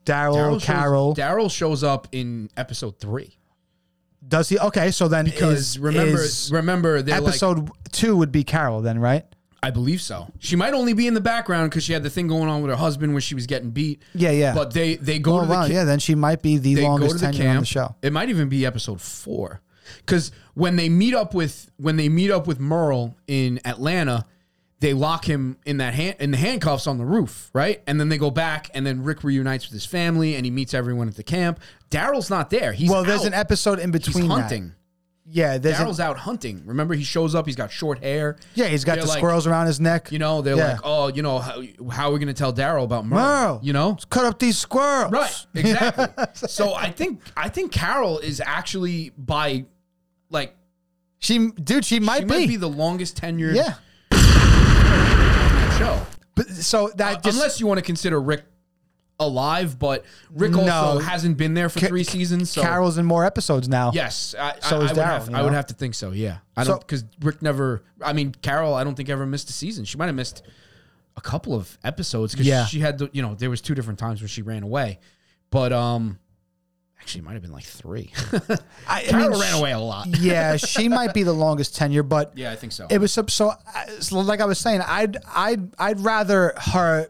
Daryl, shows- Carol. Daryl shows up in episode 3. Does he? Okay, so then Cuz is- remember is remember they're like episode two would be Carol then, right? I believe so. She might only be in the background cuz she had the thing going on with her husband when she was getting beat. Yeah, yeah. But they they go Oh to the wow, ki- yeah. Then she might be the they go longest to the tenure camp. on the show. It might even be episode four, because when they meet up with when they meet up with Merle in Atlanta, they lock him in that hand in the handcuffs on the roof, right? And then they go back, and then Rick reunites with his family, and he meets everyone at the camp. Daryl's not there. He's Well, there's out. an episode in He's between. that. hunting. Yeah, there's. Daryl's A, out hunting. Remember, he shows up. He's got short hair. yeah, he's got They're the like- squirrels around his neck. You know, they're Yeah. like, oh, you know, how, how are we going to tell Daryl about Merle? Merle, You know, let's cut up these squirrels. Right, exactly. so I think I think Carol is actually by like She, dude, she might she be. might be the longest tenured yeah. show, But so that just Uh, unless you want to consider Rick alive. But Rick No. also hasn't been there for Ca- three seasons. So Carol's in more episodes now. yes, I, I- So I, is would Daryl, have, you I would know? have to think so. Yeah, I So- don't because Rick never. I mean, Carol, I don't think ever missed a season. She might have missed a couple of episodes because Yeah. she had the you know there was two different times where she ran away, but um. Actually, it might have been like three. I, I Carol mean, ran she- away a lot. yeah, she might be the longest tenure, but Yeah, I think so. it was so, so I- so like I was saying, I'd I'd I'd rather her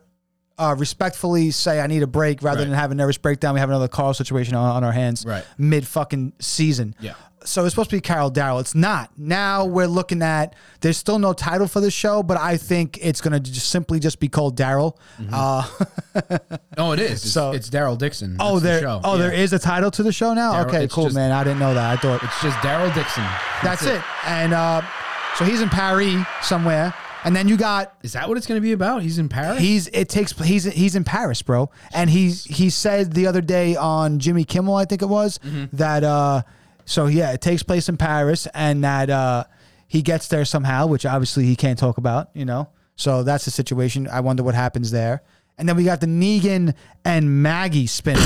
uh, respectfully say I need a break rather Right. than have a nervous breakdown. We have another Carl situation on, on our hands Right. mid fucking season. Yeah. So it's supposed to be Carol Darrell. It's not. Now we're looking at there's still no title for the show, but I think it's gonna just simply just be called Daryl. Mm-hmm. Uh, no, it is. It's, So- it's Daryl Dixon. That's oh, the there. show. oh, Yeah. there is a title to the show now. Daryl- okay, it's cool, just- man. I didn't know that. I thought It's just Daryl Dixon. that's, it. And uh, so he's in Paris somewhere, and then you got Is that what it's going to be about? He's in Paris. He's it takes he's he's in Paris, bro, and he's he said the other day on Jimmy Kimmel, I think it was Mm-hmm. that. uh So yeah, it takes place in Paris, and that uh he gets there somehow, which obviously he can't talk about, you know. So that's the situation. I wonder what happens there. And then we got the Negan and Maggie spin.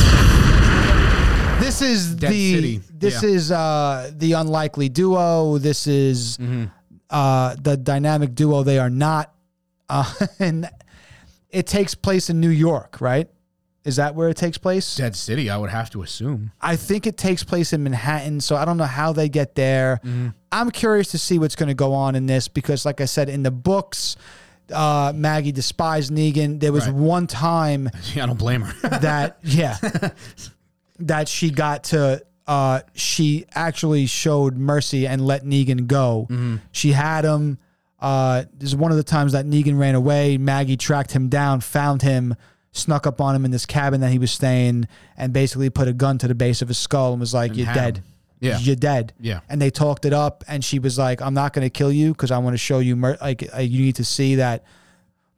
this is Dead the City. this Yeah. is uh the unlikely duo. This is Mm-hmm. uh the dynamic duo. They are not, uh, and it takes place in New York, right? Is that where it takes place? Dead City. I would have to assume. I think it takes place in Manhattan, so I don't know how they get there. I'm curious to see what's going to go on in this because, like I said, in the books, uh, Maggie despised Negan. There was Right. one time Yeah, I don't blame her. that, yeah, that she got to. Uh, she actually showed mercy and let Negan go. Mm-hmm. She had him. Uh, this is one of the times that Negan ran away. Maggie tracked him down, found him, snuck up on him in this cabin that he was staying, and basically put a gun to the base of his skull and was like, "You're had dead." him. Yeah. you're dead. Yeah. And they talked it up, and she was like, "I'm not going to kill you because I want to show you, mer- like, uh, you need to see that."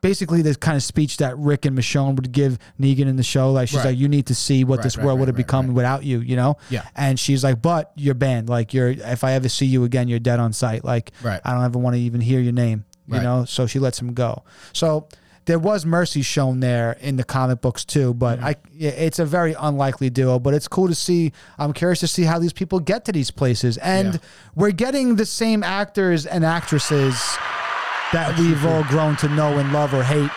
Basically, the kind of speech that Rick and Michonne would give Negan in the show, like she's Right. like, "You need to see what Right, this right, world right, would have right, become without you," you know. Yeah. And she's like, "But you're banned. Like, you're if I ever see you again, you're dead on sight. Like, Right. I don't ever want to even hear your name." You Right. know. So she lets him go. So. There was mercy shown there in the comic books too, but Mm-hmm. I yeah, it's a very unlikely duo. But it's cool to see. I'm curious to see how these people get to these places, and Yeah. we're getting the same actors and actresses that we've all grown to know and love or hate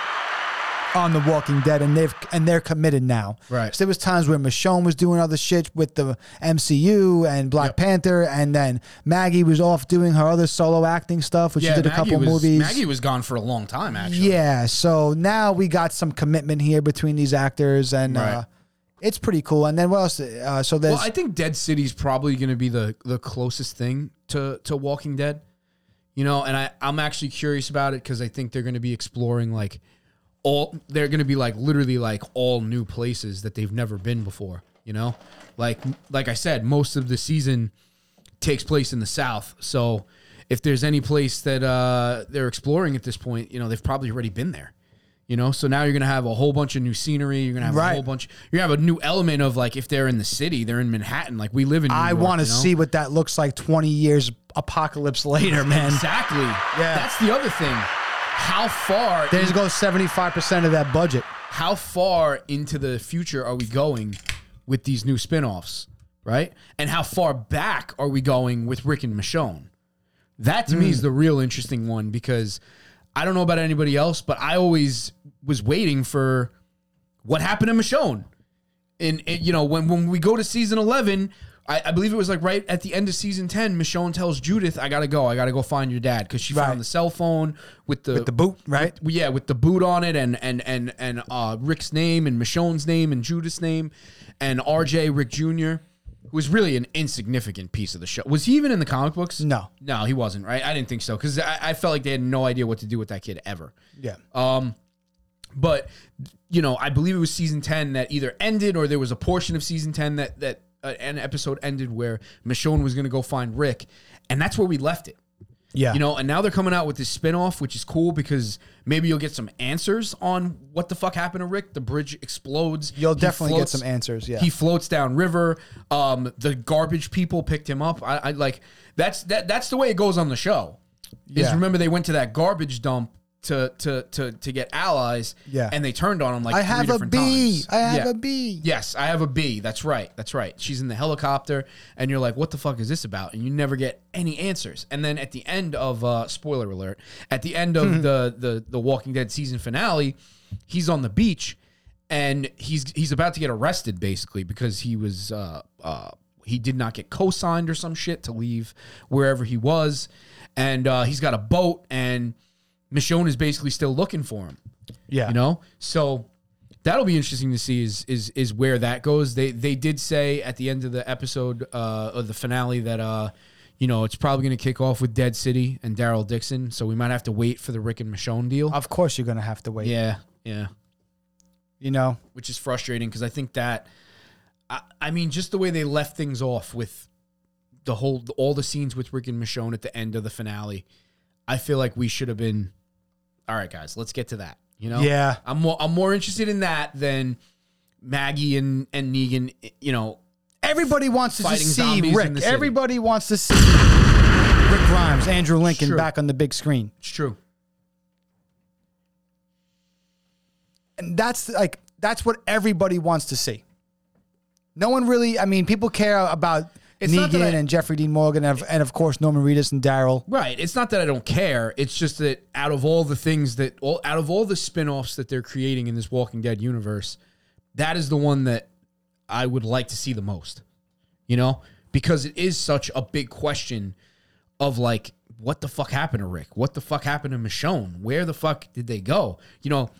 on The Walking Dead, and they've and they're committed now. Right. So there was times where Michonne was doing other shit with the MCU and Black Panther, and then Maggie was off doing her other solo acting stuff, which she did a couple was, movies. Maggie was gone for a long time, actually. Yeah, so now we got some commitment here between these actors, and uh, Right. it's pretty cool. And then what else? Uh, so there's Well, I think Dead City's probably going to be the the closest thing to to Walking Dead. You know, and I I'm actually curious about it because I think they're going to be exploring like all they're going to be like literally like all new places that they've never been before. You know, like like I said, most of the season takes place in the South, so if there's any place that uh, they're exploring at this point, you know, they've probably already been there. You know, so now you're gonna have a whole bunch of new scenery. You're gonna have Right. a whole bunch. You have a new element of like if they're in the city, they're in Manhattan. Like we live in. New I York, want to you know? see what that looks like 20 years apocalypse later, man. exactly. Yeah. that's the other thing. How far? There you go, 75% of that budget. how far into the future are we going with these new spin-offs, right? And how far back are we going with Rick and Michonne? That to me is the real interesting one because I don't know about anybody else, but I always was waiting for what happened to Michonne. And, and, you know, when when we go to season eleven, I, I believe it was like right at the end of season ten, Michonne tells Judith, "I gotta go. I gotta go find your dad because she Right. found the cell phone with the The boot, right? well, yeah, with the boot on it, and and and and uh, Rick's name, and Michonne's name, and Judas' name, and R.J. Rick Jr. who was really an insignificant piece of the show. Was he even in the comic books? No. no, he wasn't. Right? I didn't think so because I, I felt like they had no idea what to do with that kid ever. Yeah. Uh, But you know, I believe it was season ten that either ended or there was a portion of season ten that that uh, an episode ended where Michonne was going to go find Rick, and that's where we left it. yeah. You know, and now they're coming out with this spinoff, which is cool because maybe you'll get some answers on what the fuck happened to Rick. The bridge explodes. You'll He definitely floats- get some answers. Yeah. He floats down river. Um, the garbage people picked him up. I, I like that's that that's the way it goes on the show. Is Yeah. remember they went to that garbage dump to to to to get allies. Yeah. And they turned on him like I three have a different bee. times. I have Yeah. a bee. Yes, I have a B. That's right. That's right. She's in the helicopter, and you're like, "What the fuck is this about?" And you never get any answers. And then at the end of uh, spoiler alert, at the end of the the the Walking Dead season finale, he's on the beach, and he's he's about to get arrested basically because he was uh, uh, he did not get co-signed or some shit to leave wherever he was, and uh, he's got a boat, and Michonne is basically still looking for him Yeah. you know so that'll be interesting to see is is is where that goes they they did say at the end of the episode uh of the finale that uh you know it's probably going to kick off with dead city and daryl dixon so we might have to wait for the rick and michonne deal Of course you're going to have to wait. yeah yeah You know? which is frustrating because i think that I, I mean just the way they left things off with the whole all the scenes with rick and michonne at the end of the finale i feel like we should have been all right guys let's get to that you know Yeah. I'm more I'm more interested in that than Maggie and and Negan. You know, Everybody wants to Fighting just see zombies in the Rick. city. Everybody wants to see Rick Grimes, Andrew Lincoln Sure. back on the big screen. it's true. And that's like that's what everybody wants to see. No one really. I mean, people care about It's not Negan that I- and Jeffrey Dean Morgan, and of, and of course Norman Reedus and Daryl. Right. It's not that I don't care. It's just that out of all the things that all out of all the spin-offs that they're creating in this Walking Dead universe, that is the one that I would like to see the most. You know? Because it is such a big question of like what the fuck happened to Rick? What the fuck happened to Michonne? Where the fuck did they go? You know,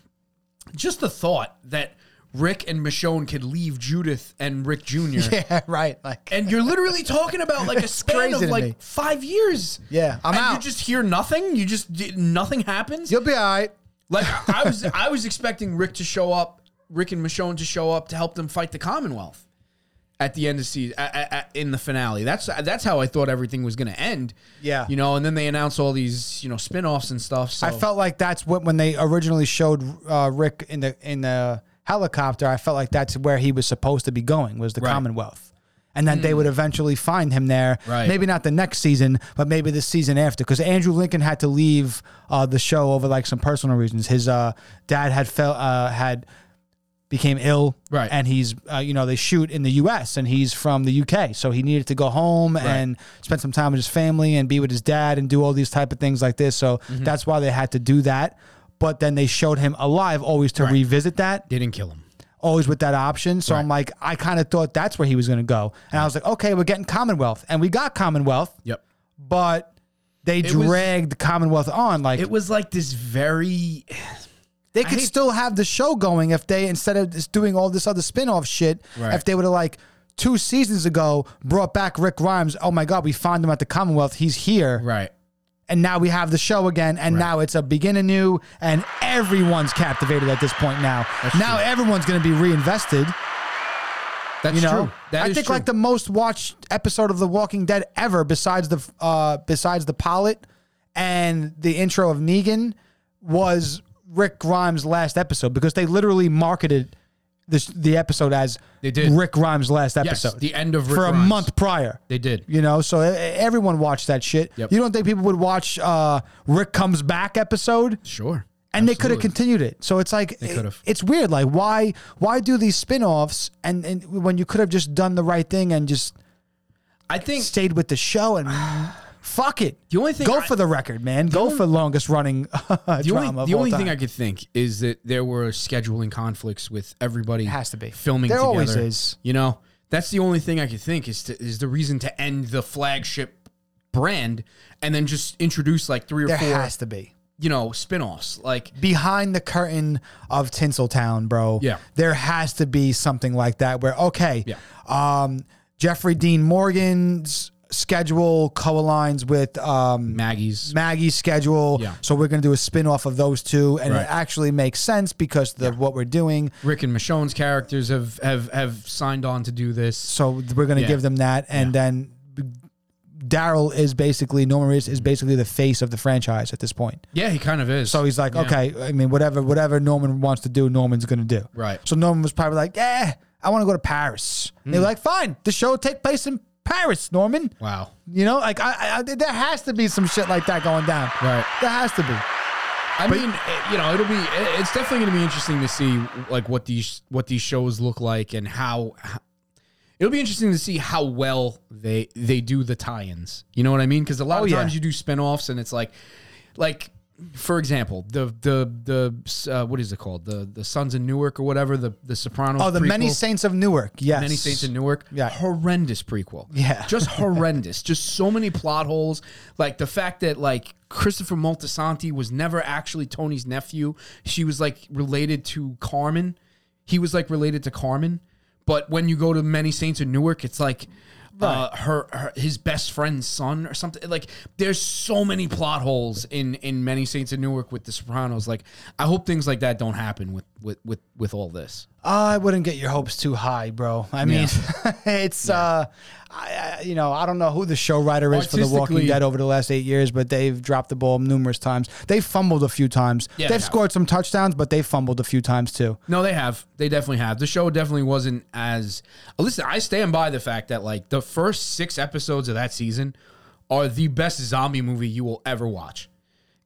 just the thought that Rick and Michonne could leave Judith and Rick Jr. Yeah, right. Like, And you're literally talking about like a span crazy of to like me. five years. Yeah, I'm and out. You just hear nothing. You just nothing happens. you'll be all right. Like I was, I was expecting Rick to show up, Rick and Michonne to show up to help them fight the Commonwealth at the end of season in the finale. That's that's how I thought everything was going to end. Yeah. you know, and then they announce all these you know spin-offs and stuff. So I felt like that's what when they originally showed uh, Rick in the in the helicopter. I felt like that's where he was supposed to be going was the Right. Commonwealth, and then they would eventually find him there. Right. Maybe not the next season, but maybe the season after, because Andrew Lincoln had to leave uh, the show over like some personal reasons. His uh, dad had fell uh, had became ill, Right. And he's uh, you know they shoot in the U.S. and he's from the U.K. So he needed to go home and spend some Mm-hmm. time with his family and be with his dad and do all these type of things like this. So that's why they had to do that. But then they showed him alive, always to revisit that, They didn't kill him. always with that option. So I'm like, I kind of thought that's where he was going to go, and I was like, okay, we're getting Commonwealth, and we got Commonwealth, Yep. but they was- dragged Commonwealth on. Like It was like this very they could hate- still have the show going if they instead of just doing all this other spin-off shit Right. if they would have like two seasons ago brought back rick grimes oh my god we found him at the commonwealth he's here right. and now we have the show again and now it's a begin anew and everyone's captivated at this point now now true. everyone's going to be reinvested That's you know true. That i is think true. like the most watched episode of the walking dead ever besides the uh besides the pilot and the intro of negan was rick grimes last episode because they literally marketed this the episode as They did. rick grimes last yes, episode the end of Rick for a Grimes. month prior They did. you know, so e- e- everyone watched that shit. Yep. You don't think people would watch uh, Rick Comes Back episode? Sure. And they could have Absolutely. continued it. So it's like could've. it- it's weird. Like why why do these spin-offs and, and when you could have just done the right thing and just I think stayed with the show and fuck it. The only thing go I- for the record, man. Go for longest running drama. the only, of the all only time. thing I could think is that there were scheduling conflicts with everybody. It has to be. filming. There together, always is. You know, that's the only thing I could think is to, is the reason to end the flagship brand and then just introduce like three or there four has to be. you know spin-offs. Like behind the curtain of Tinseltown, bro. Yeah. There has to be something like that where okay, Yeah. um Jeffrey Dean Morgan's schedule co-aligns with um Maggie's. Maggie's schedule. Yeah. So we're gonna do a spin-off of those two. And Right. it actually makes sense because the what we're doing. Rick and Michonne's characters have, have have signed on to do this. So we're gonna Yeah. give them that and then Daryl is basically Norman Reedus is basically the face of the franchise at this point. Yeah, he kind of is. So he's like, Yeah. okay, I mean, whatever, whatever Norman wants to do, Norman's gonna do. Right. So Norman was probably like, yeah, I want to go to Paris. And Hmm. They were like, fine, the show will take place in Paris, Norman. Wow. You know, like I, I, there has to be some shit like that going down. Right. There has to be. I mean, it- you know, it'll be it- it's definitely going to be interesting to see like what these what these shows look like and how, how it'll be interesting to see how well they they do the tie-ins. You know what I mean? Because a lot Oh, of yeah. times you do spin-offs and it's like like for example, the the the uh, what is it called? The the Sons of Newark or whatever the the Sopranos. Oh, the Many prequel. Saints of Newark. Yes. Many Saints in Newark. Yeah. Horrendous prequel. Yeah. Just horrendous. Just so many plot holes. Like the fact that like Christopher Moltisanti was never actually Tony's nephew. She was like related to Carmen. He was like related to Carmen. But when you go to Many Saints in Newark, it's like uh, her, her his best friend's son or something. Like there's so many plot holes in in Many Saints in Newark with The Sopranos. Like I hope things like that don't happen with with with with all this. I wouldn't get your hopes too high, bro. I mean, it's uh, I, I, you know, I don't know who the show writer is for The Walking Artistically- Dead over the last eight years, but they've dropped the ball numerous times. They've fumbled a few times. Yeah, they they've have. scored some touchdowns, but they fumbled a few times too. No, they have. They definitely have. The show definitely wasn't as. uh, Listen, I stand by the fact that like the first six episodes of that season are the best zombie movie you will ever watch.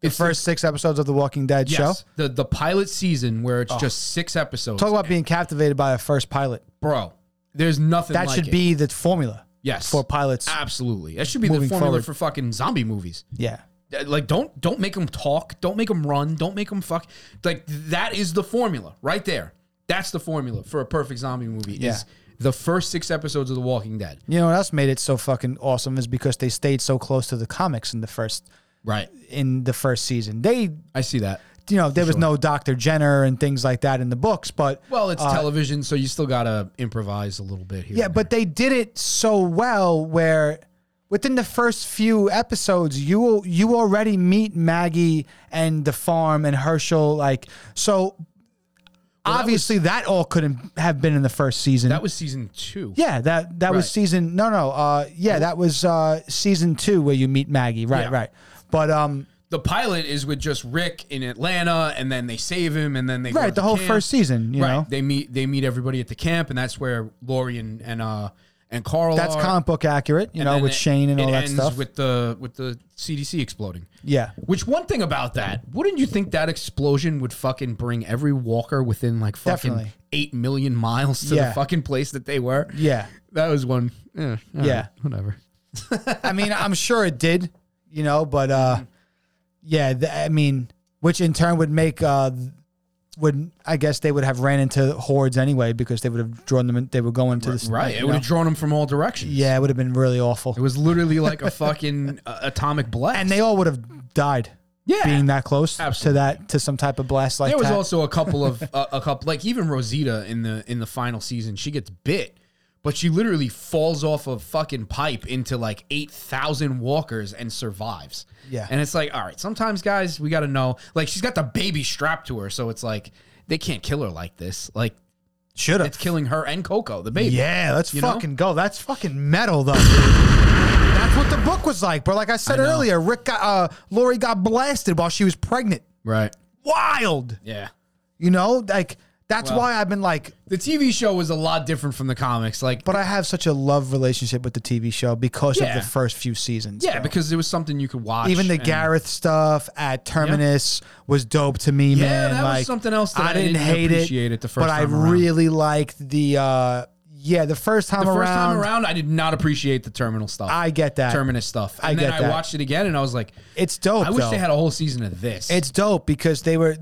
It's the- First six episodes of The Walking Dead show. Oh. yes, the the pilot season where it's just six episodes. Talk about being captivated by a first pilot. bro. There's nothing That like should it. Ah. be the formula yes for pilots. Absolutely, that should be the Moving formula forward. for fucking zombie movies. Yeah. Uh, like don't don't make them talk don't make them run don't make them fuck like that is the formula right there that's the formula for a perfect zombie movie Yeah. is the first six episodes of the walking dead You know what else made it so fucking awesome is because they stayed so close to the comics in the first right in the first season. They i see that you know, there was no Dr. Jenner and things like that in the books, but well it's television so you still gotta improvise a little bit here Uh, yeah, but they did it so well where within the first few episodes you you already meet Maggie and the farm and Herschel like so obviously that, all couldn't have been in the first season. that was season two Yeah, that that was Right. season. No, no. Uh, yeah, that was uh season two where you meet Maggie. Right, Yeah. right. But um, the pilot is with just rick in atlanta and then they save him and then they go to right, the whole camp. first season. You right know, they meet they meet everybody at the camp and that's where Lori and and uh and carl that's are. comic book accurate. You know, then with it- Shane and it all that ends stuff. With the with the CDC exploding. yeah, Which one thing about that? Wouldn't you think that explosion would fucking bring every walker within like fucking Definitely. eight million miles to Yeah. the fucking place that they were? yeah. That was one. Yeah. all Yeah. right, whatever. Mm-hmm. I mean, I'm sure it did. You know, but uh, yeah. Th- I mean, which in turn would make uh, would I guess they would have ran into hordes anyway because they would have drawn them. In, they were going to the Right. you It would know? have drawn them from all directions. yeah, it would have been really It awful, was literally like a fucking uh, atomic blast. and they all would have died. Yeah. being that close Absolutely. to that to some type of blast like there was that. also a couple of uh, a couple like even Rosita in the in the final season she gets bit but she literally falls off a fucking pipe into like 8,000 walkers and survives. Yeah. And it's like all right sometimes guys we got to know like she's got the baby strapped to her so it's like they can't kill her like this like should it's killing her and Coco the baby. Yeah, let's You know? fucking go. That's fucking metal, though. That's what the book was like. But like I said I know. earlier, Rick got, uh, Lori got blasted while she was pregnant. Right. Wild, Yeah. you know. Like that's Well- why I've been like, The TV show was a lot different from the comics like but I have such a love relationship with the TV show because Yeah. of the first few seasons. yeah bro. because it was something you could watch even the and- Gareth stuff at Terminus was dope to me, man. that was like something else that I didn't, didn't hate appreciate it the first but time I around. really liked the uh, yeah the first time The around. first time around, I did not appreciate the terminal stuff. I get that. terminus stuff. And I then get I that. watched it again, and I was like, It's dope. I wish though. they had a whole season of this. it's dope because they were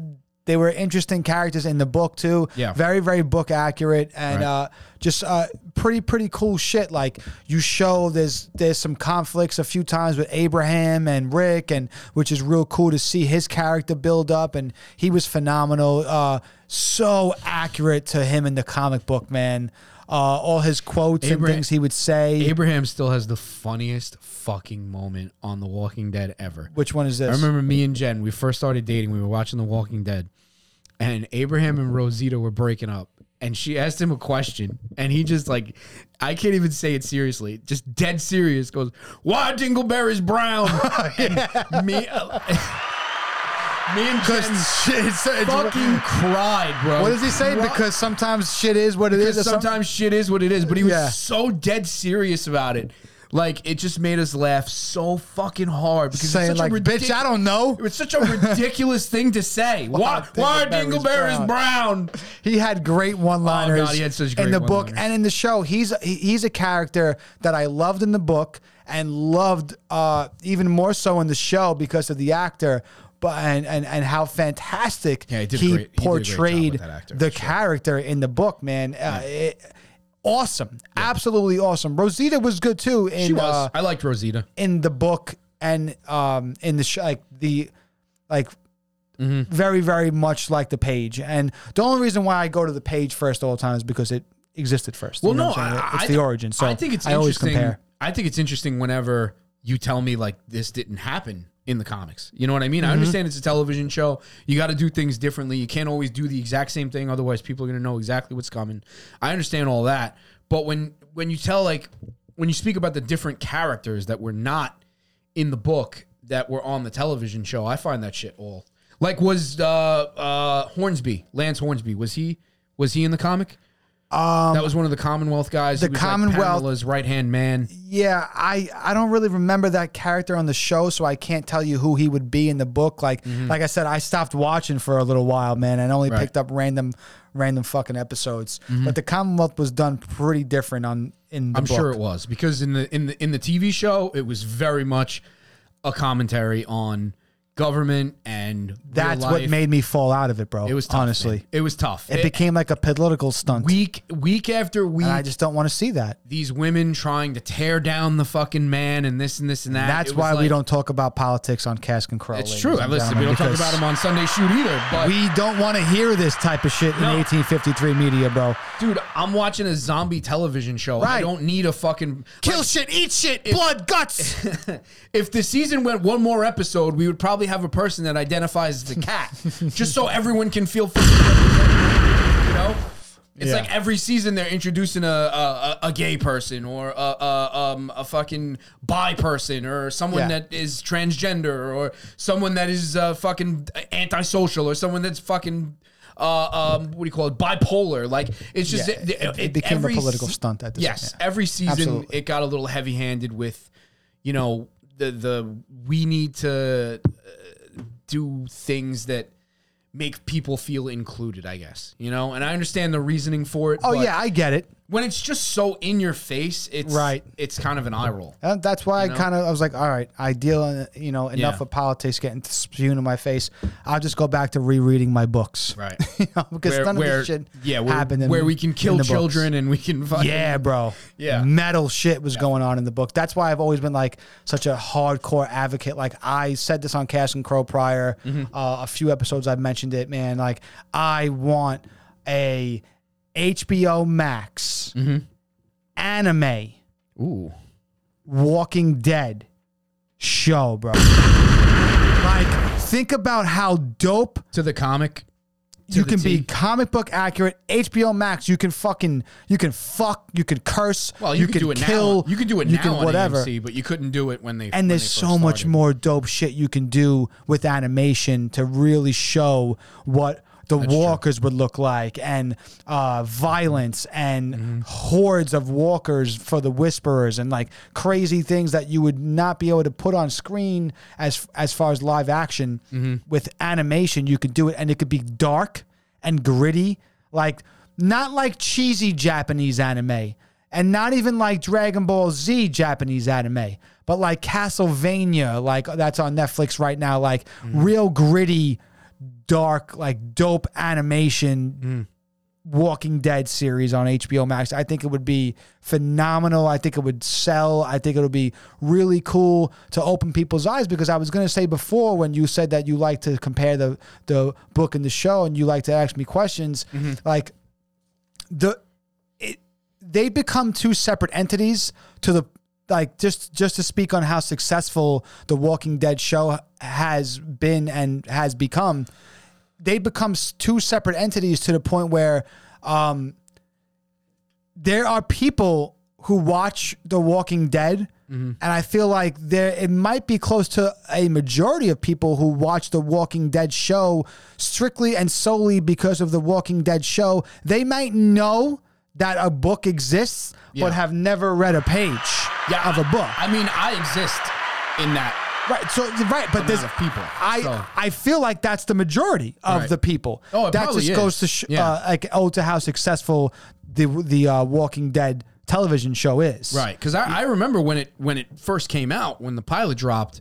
they were interesting characters in the book too. Yeah. Very very book accurate and Right. uh, just uh, pretty pretty cool shit. Like you show there's there's some conflicts a few times with Abraham and Rick and which is real cool to see his character build up and he was phenomenal. Uh, so accurate to him in the comic book man. Uh, all his quotes Abra- and things he would say. Abraham still has the funniest fucking moment on The Walking Dead ever. which one is this? I remember me and Jen, we first started dating, we were watching The Walking Dead, and Abraham and Rosita were breaking up. And she asked him a question, and he just like, I can't even say it seriously, just dead serious, goes, Why Dingleberry's brown? And me, uh, me and Jen it's, fucking cried, bro. what does he say? Cri- Because sometimes shit is what it is. because or something? sometimes shit is what it is, but he was Yeah. so dead serious about it. Like it just made us laugh so fucking hard because saying it's such like, a ridic- "Bitch, I don't know." It was such a ridiculous thing to say. Why? Why are Dingleberry's Dingleberry's brown? He had great one-liners Oh, God, he had such in great the book one-liners. and in the show. He's he- he's a character that I loved in the book and loved uh, even more so in the show because of the actor. But and, and, and how fantastic Yeah, he did a he, great- he did a great job with portrayed that actor, the for sure. character in the book, man. Uh, it- awesome, absolutely awesome. Rosita was good too. In, She was. uh, I liked Rosita. in the book and um in the sh- like the like Mm-hmm. very very much like the page and the only reason why i go to the page first all the time is because it existed first You Well, know no, what I'm saying? I, it's I the thi- origin so I think it's i always interesting. compare I think it's interesting whenever you tell me like this didn't happen in the comics. You know what I Mm-hmm. mean? I understand it's a television show. You got to do things differently. You can't always do the exact same thing, otherwise people are going to know exactly what's coming. I understand all that, but when when you tell like when you speak about the different characters that were not in the book that were on the television show, I find that shit all like was uh, uh, Hornsby Lance Hornsby was he was he in the comic? that was one of the Commonwealth guys. Um, the He was like Commonwealth- Pamela's right hand man. yeah i i don't really remember that character on the show so i can't tell you who he would be in the book like like i said i stopped watching for a little while man and Mm-hmm. only Right. Mm-hmm. picked up random random fucking episodes but the commonwealth was done pretty different on in the I'm book. sure it was because in the in the in the TV show, it was very much a commentary on government and real that's what life. made me fall out of it bro it was tough, honestly man. it was tough. It became like a political stunt. week week after week. and I just don't want to see that. these women trying to tear down the fucking man and this and this and that. That's It was why we like- don't talk about politics on Cask and Crow. It's ladies true. and Listen, we gentlemen, don't talk because about him on Sunday Shoot either. But We don't want to hear this type of shit No. in 1853 media, bro. dude, I'm watching a zombie television show. I Right. don't need a fucking Kill shit, eat shit, blood, guts. if the season went one more episode, we would probably have a person that identifies as a cat, just so everyone can feel. fucking represented, You know, it's Yeah. like every season they're introducing a a, a, a gay person or a, a um a fucking bi person or someone Yeah. that is transgender or someone that is uh, fucking antisocial or someone that's fucking. Uh, um, what do you call it? Bipolar. Like it's just Yeah, it, it- it- it became a every political se- stunt at this- Yes, yeah. every season Absolutely. it got a little heavy handed with, you know, the the we need to uh, do things that make people feel included. I guess you know, and I understand the reasoning for it. Oh but yeah, I get it. when it's just so in your face, it's Right. It's kind of an eye roll. And Uh, that's why know? I kind of I was like, all right, I deal, in- you know, enough Yeah. of politics getting spewed in my face. I'll just go back to rereading my books, Right. you know, because none of this shit yeah, where, happened. in- where we can in kill the books. children and we can fucking Yeah, bro. Yeah. Metal shit was going on in the book. That's why I've always been like such a hardcore advocate. Like I said this on Cash and Crow prior, Mm-hmm. uh, a few episodes I've mentioned it, man. Like I want a HBO Max Mm-hmm. anime Ooh, Walking Dead show, bro. like think about how dope to the comic. to you the can be T. comic book accurate. HBO Max, you can fucking, you can fuck, you can curse, Well, you, can, could do it kill, now. You could do it you now can on whatever. AMC, but you couldn't do it when they when And there's they first so much started. more dope shit you can do with animation to really show what the walkers would look like and uh, violence and Mm-hmm. hordes of walkers for the whisperers and like crazy things that you would not be able to put on screen as as far as live action Mm-hmm. with animation you could do it and it could be dark and gritty like not like cheesy Japanese anime and not even like Dragon Ball Z Japanese anime, but like Castlevania, like that's on Netflix right now, like real gritty, dark, like dope animation. Walking Dead series on HBO Max. I think it would be phenomenal. I think it would sell. I think it would be really cool to open people's eyes because I was going to say before when you said that you like to compare the the book and the show and you like to ask me questions like the they become two separate entities to the like just just to speak on how successful the Walking Dead show has been and has become they become s- two separate entities to the point where um there are people who watch The Walking Dead Mm-hmm. and I feel like there it might be close to a majority of people who watch The Walking Dead show strictly and solely because of The Walking Dead show they might know that a book exists Yeah. but have never read a page Yeah, of a book I mean, I exist in that. right so right but there's of people, I so. I feel like that's the majority of Right. the people Oh, it that probably just goes is. to sh- Yeah. uh, like oh to how successful the the uh, Walking Dead television show is Right, because I, I remember when it when it first came out, when the pilot dropped,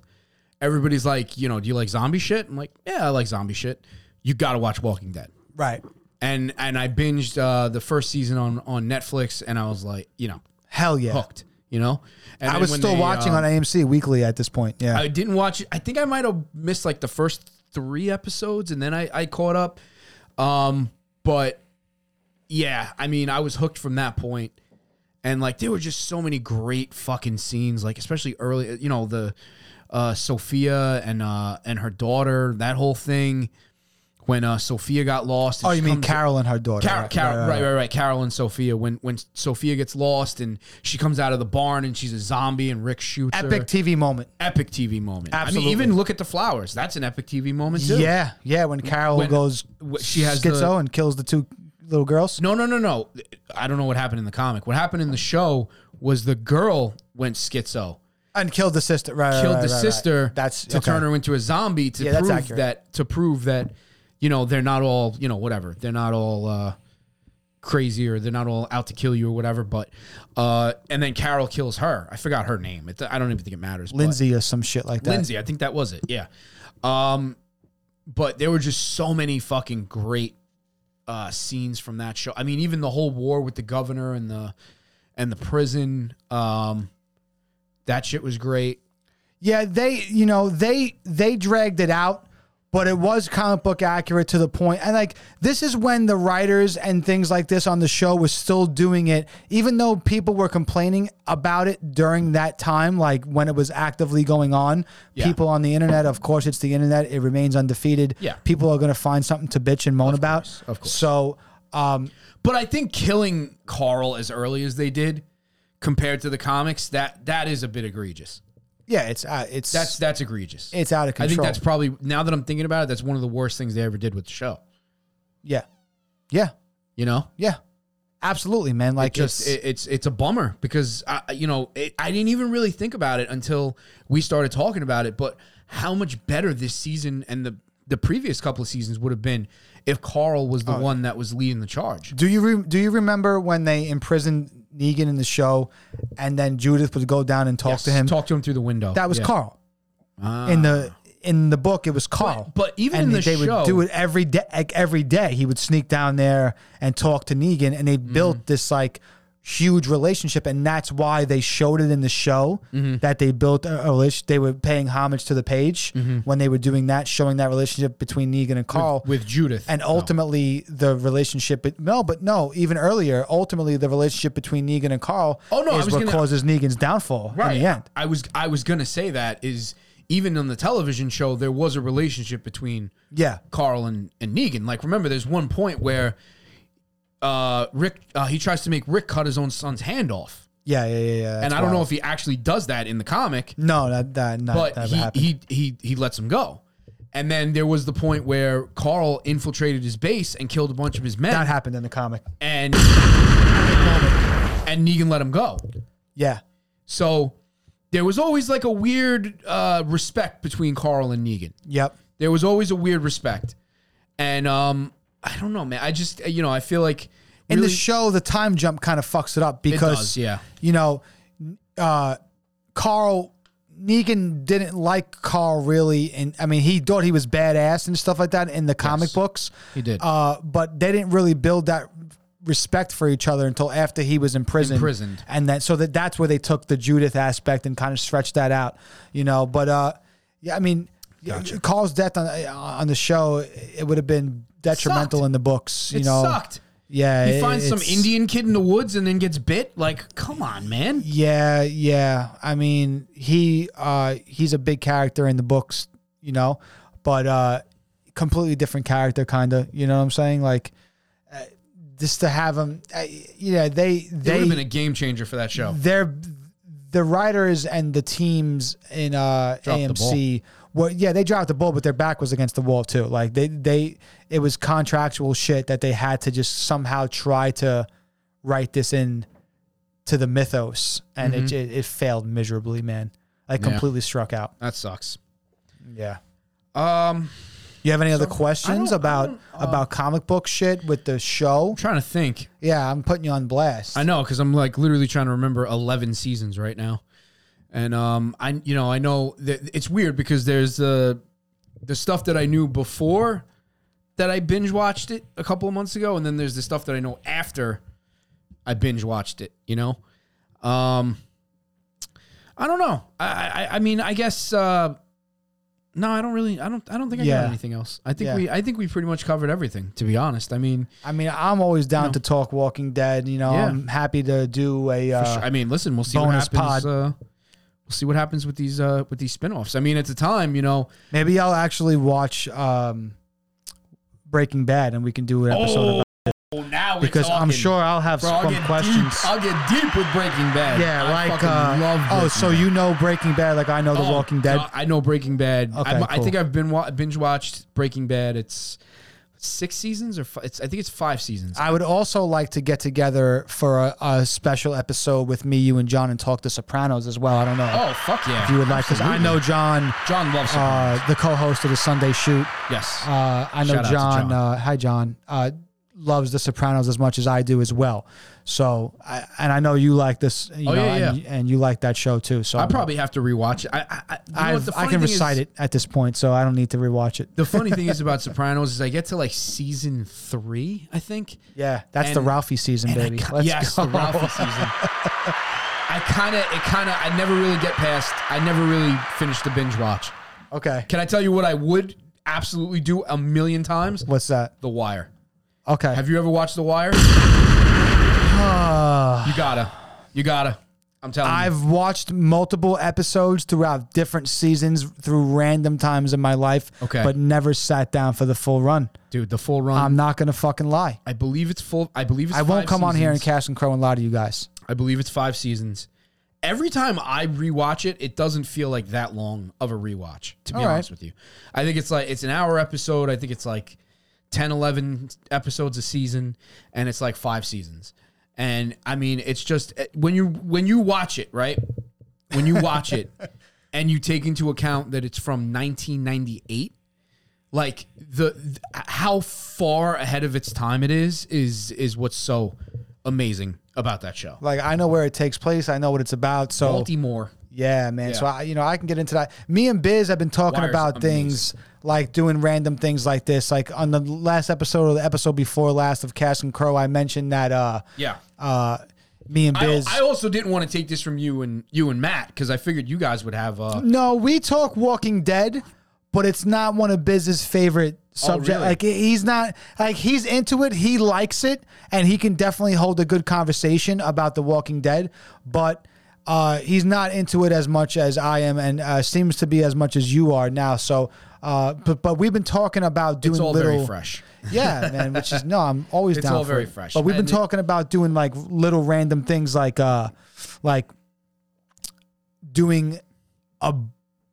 everybody's like, you know, do you like zombie shit? I'm like, yeah, I like zombie shit. You got to watch Walking Dead. right and and I binged uh, the first season on on Netflix, and I was like, you know, hell yeah hooked. You know, and I then was when still they, watching um, on AMC weekly at this point yeah I didn't watch it. I think I might have missed like the first three episodes, and then I I caught up. Um, but yeah, I mean, I was hooked from that point, and like there were just so many great fucking scenes, like especially early, you know, the uh, Sophia and uh and her daughter, that whole thing. When uh, Sophia got lost, and oh she you mean comes- Carol and her daughter Carol, Carol, right, right, right, Carol and Sophia. When when Sophia gets lost and she comes out of the barn and she's a zombie and Rick shoots epic her. TV moment epic TV moment. Absolutely. I mean, even look at the flowers. That's an epic TV moment too. yeah yeah when Carol When- goes wh- she has schizo the- and kills the two little girls No, no, no, no. I don't know what happened in the comic. What happened in the show was the girl went schizo, and killed the sister right right, killed right, the right, right. sister that's to okay. turn her into a zombie to Yeah, that's prove accurate. that to prove that you know they're not all you know whatever they're not all uh, crazy or they're not all out to kill you or whatever. But uh, and then Carol kills her. I forgot her name. It, I don't even think it matters. but- Lindsay or some shit like that Lindsay, I think that was it. Yeah. Um, but there were just so many fucking great uh, scenes from that show. I mean, even the whole war with the governor and the and the prison. Um, that shit was great. Yeah, they you know they they dragged it out, but it was comic book accurate to the point. And like this is when the writers and things like this on the show was still doing it, even though people were complaining about it during that time, like when it was actively going on. Yeah. People on the internet, of course, it's the internet; it remains undefeated. Yeah. people are going to find something to bitch and moan about. course, of course. So. Um, But I think killing Carl as early as they did, compared to the comics, that that is a bit egregious. yeah, it's uh, it's That's that's egregious. it's out of I control. think that's probably now that I'm thinking about it, that's one of the worst things they ever did with the show. yeah, yeah, You know, yeah, absolutely, man. Like just it's, it, it's it's a bummer because I I- you know it, I didn't even really think about it until we started talking about it. But how much better this season and the the previous couple of seasons would have been if Carl was Oh, the one that was leading the charge. Do you re- do you remember when they imprisoned Negan in the show, and then Judith would go down and talk to him? Talk to him through the window. that was Yeah. Ah. Carl. In the in the book, it was Carl. but even and in the they show- would do it every day. Like every day, he would sneak down there and talk to Negan, and they Mm-hmm. built this like huge relationship, and that's why they showed it in the show Mm-hmm. that they built a a relationship. They were paying homage to the page when they were doing that, showing that relationship between Negan and Carl Mm-hmm. with Judith. and uh, ultimately the relationship. But no, but no, even earlier, ultimately the relationship between Negan and Carl Oh, no, I is was what gonna- causes Negan's downfall in the end. I was I was gonna say that is even on the television show there was a relationship between Yeah. Carl and, and Negan. Like remember, there's one point where uh, Rick uh, he tries to make Rick cut his own son's hand off, Yeah, yeah, yeah, yeah. and I don't know if he actually does that in the comic, No, that that not but that he, happened. he he he lets him go. And then there was the point where Carl infiltrated his base and killed a bunch of his men, that happened in the comic. and and Negan let him go. Yeah. So there was always like a weird uh, respect between Carl and Negan. Yep. There was always a weird respect, and um, I don't know, man. I just uh, you know I feel like In the really- show, the time jump kind of fucks it up because does, yeah. you know, uh, Carl Negan didn't like Carl really, and I mean he thought he was badass and stuff like that in the comic books. He did. uh, but they didn't really build that respect for each other until after he was imprisoned. Imprisoned. and that so that that's where they took the Judith aspect and kind of stretched that out, you know. But uh, yeah, I mean, Carl's death on on the show it would have been detrimental Sucked. in the books, you it know. sucked. Yeah, He it- finds some it's- Indian kid in the woods and then gets bit. Like, come on, man. Yeah, yeah. I mean, he uh he's a big character in the books, you know, but uh completely different character kind of, you know what I'm saying? Like uh, just to have him uh, yeah, they It would they have been a game changer for that show. they're the writers and the teams in uh Dropped the AMC were yeah, they dropped the ball, but their back was against the wall too. Like they they it was contractual shit that they had to just somehow try to write this in to the mythos and Mm-hmm. it, it it failed miserably, man. Like completely struck out. That sucks. Yeah. Um, You have any other I questions don't- uh, about about comic book shit with the show? trying to think. Yeah, I'm putting you on blast. I know because I'm like literally trying to remember 11 seasons right now, and um, I you know I know that it's weird because there's the the stuff that I knew before that I binge watched it a couple of months ago, and then there's the stuff that I know after I binge watched it. You know, um, I don't know. I I, I mean I guess. Uh, no, I don't really. I don't. I don't think I Yeah. got anything else. I think Yeah. we. I think we pretty much covered everything. To be honest, I mean, I mean, I'm always down to talk Walking Dead. You know, Yeah. I'm happy to do a. Uh, Sure. I mean, listen, we'll see bonus what happens. pod. Uh, we'll see what happens with these uh, with these spinoffs. I mean, at the time, you know, Maybe I'll actually watch um, Breaking Bad, and we can do an episode about now we're because I'm Oh, talking. sure I'll have Bro, I'll some get questions. Deep, I'll get deep with Breaking Bad. yeah, I like fucking uh, love oh, Breaking so Bad. you know Breaking Bad like I know The Oh, Walking Dead. God, I know Breaking Bad. Okay, I'm- i cool. think I've been wa- binge watched Breaking Bad. It's six seasons or fi- it's I think it's five seasons. I would also like to get together for a, a special episode with me, you, and John, and talk The Sopranos as well. I don't know oh fuck yeah! if you would like because I know John, John loves Sopranos. uh, the co-host of the Sunday Shoot. yes. Uh, I know Shout out to John. John. Uh, hi, John. Uh, loves The Sopranos as much as I do as well. So, I, and I know you like this. You Oh, know, yeah, yeah. And, and you like that show too. So I probably have to rewatch it. I I, I, you know what I've, the I funny can thing is- recite it at this point, so I don't need to rewatch it. The funny thing is about Sopranos is I get to like season three, I think, Yeah, that's the And- Ralphie season, And I baby. ki- Let's yes, go. the Ralphie season. I kind of, it kind of, I never really get past. I never really finished the binge watch. Okay, Can I tell you what I would absolutely do a million times? what's that? The Wire. Okay, Have you ever watched The Wire? you gotta, you gotta. I'm telling you. I've watched multiple episodes throughout different seasons through random times in my life. Okay. but never sat down for the full run. dude, the full run. I'm not gonna fucking lie. I believe it's full. I believe it's. I won't five come on here and seasons. cast and crow and lie to you guys. I believe it's five seasons. Every time I rewatch it, it doesn't feel like that long of a rewatch, to be All right. honest with you. I think it's like it's an hour episode. I think it's like 10, 11 episodes a season, and it's like five seasons. And I mean, it's just eh, when you when you watch it, right? When you watch it and you take into account that it's from 1998, like the th- how far ahead of its time it is is is what's so amazing about that show. Like I know where it takes place. I know what it's about. So Baltimore. yeah, man. So Yeah. I, you know, I can get into that. Me and Biz have been talking Wire's about things like doing random things like this. Like on the last episode or the episode before last of Cash and Crow, I mentioned that. Uh, Yeah. Uh, me and I, Biz. I also didn't want to take this from you and you and Matt because I figured you guys would have uh No, we talk Walking Dead, but it's not one of Biz's favorite subject. Oh, really? Like he's not like he's into it, he likes it, and he can definitely hold a good conversation about the Walking Dead, but uh, he's not into it as much as I am, and uh, seems to be as much as you are now. So, uh, but but we've been talking about doing it's all little very fresh. yeah, man. Which is no, I'm always It's down. all for very it. fresh. But we've been And it- talking about doing like little random things, like uh, like doing a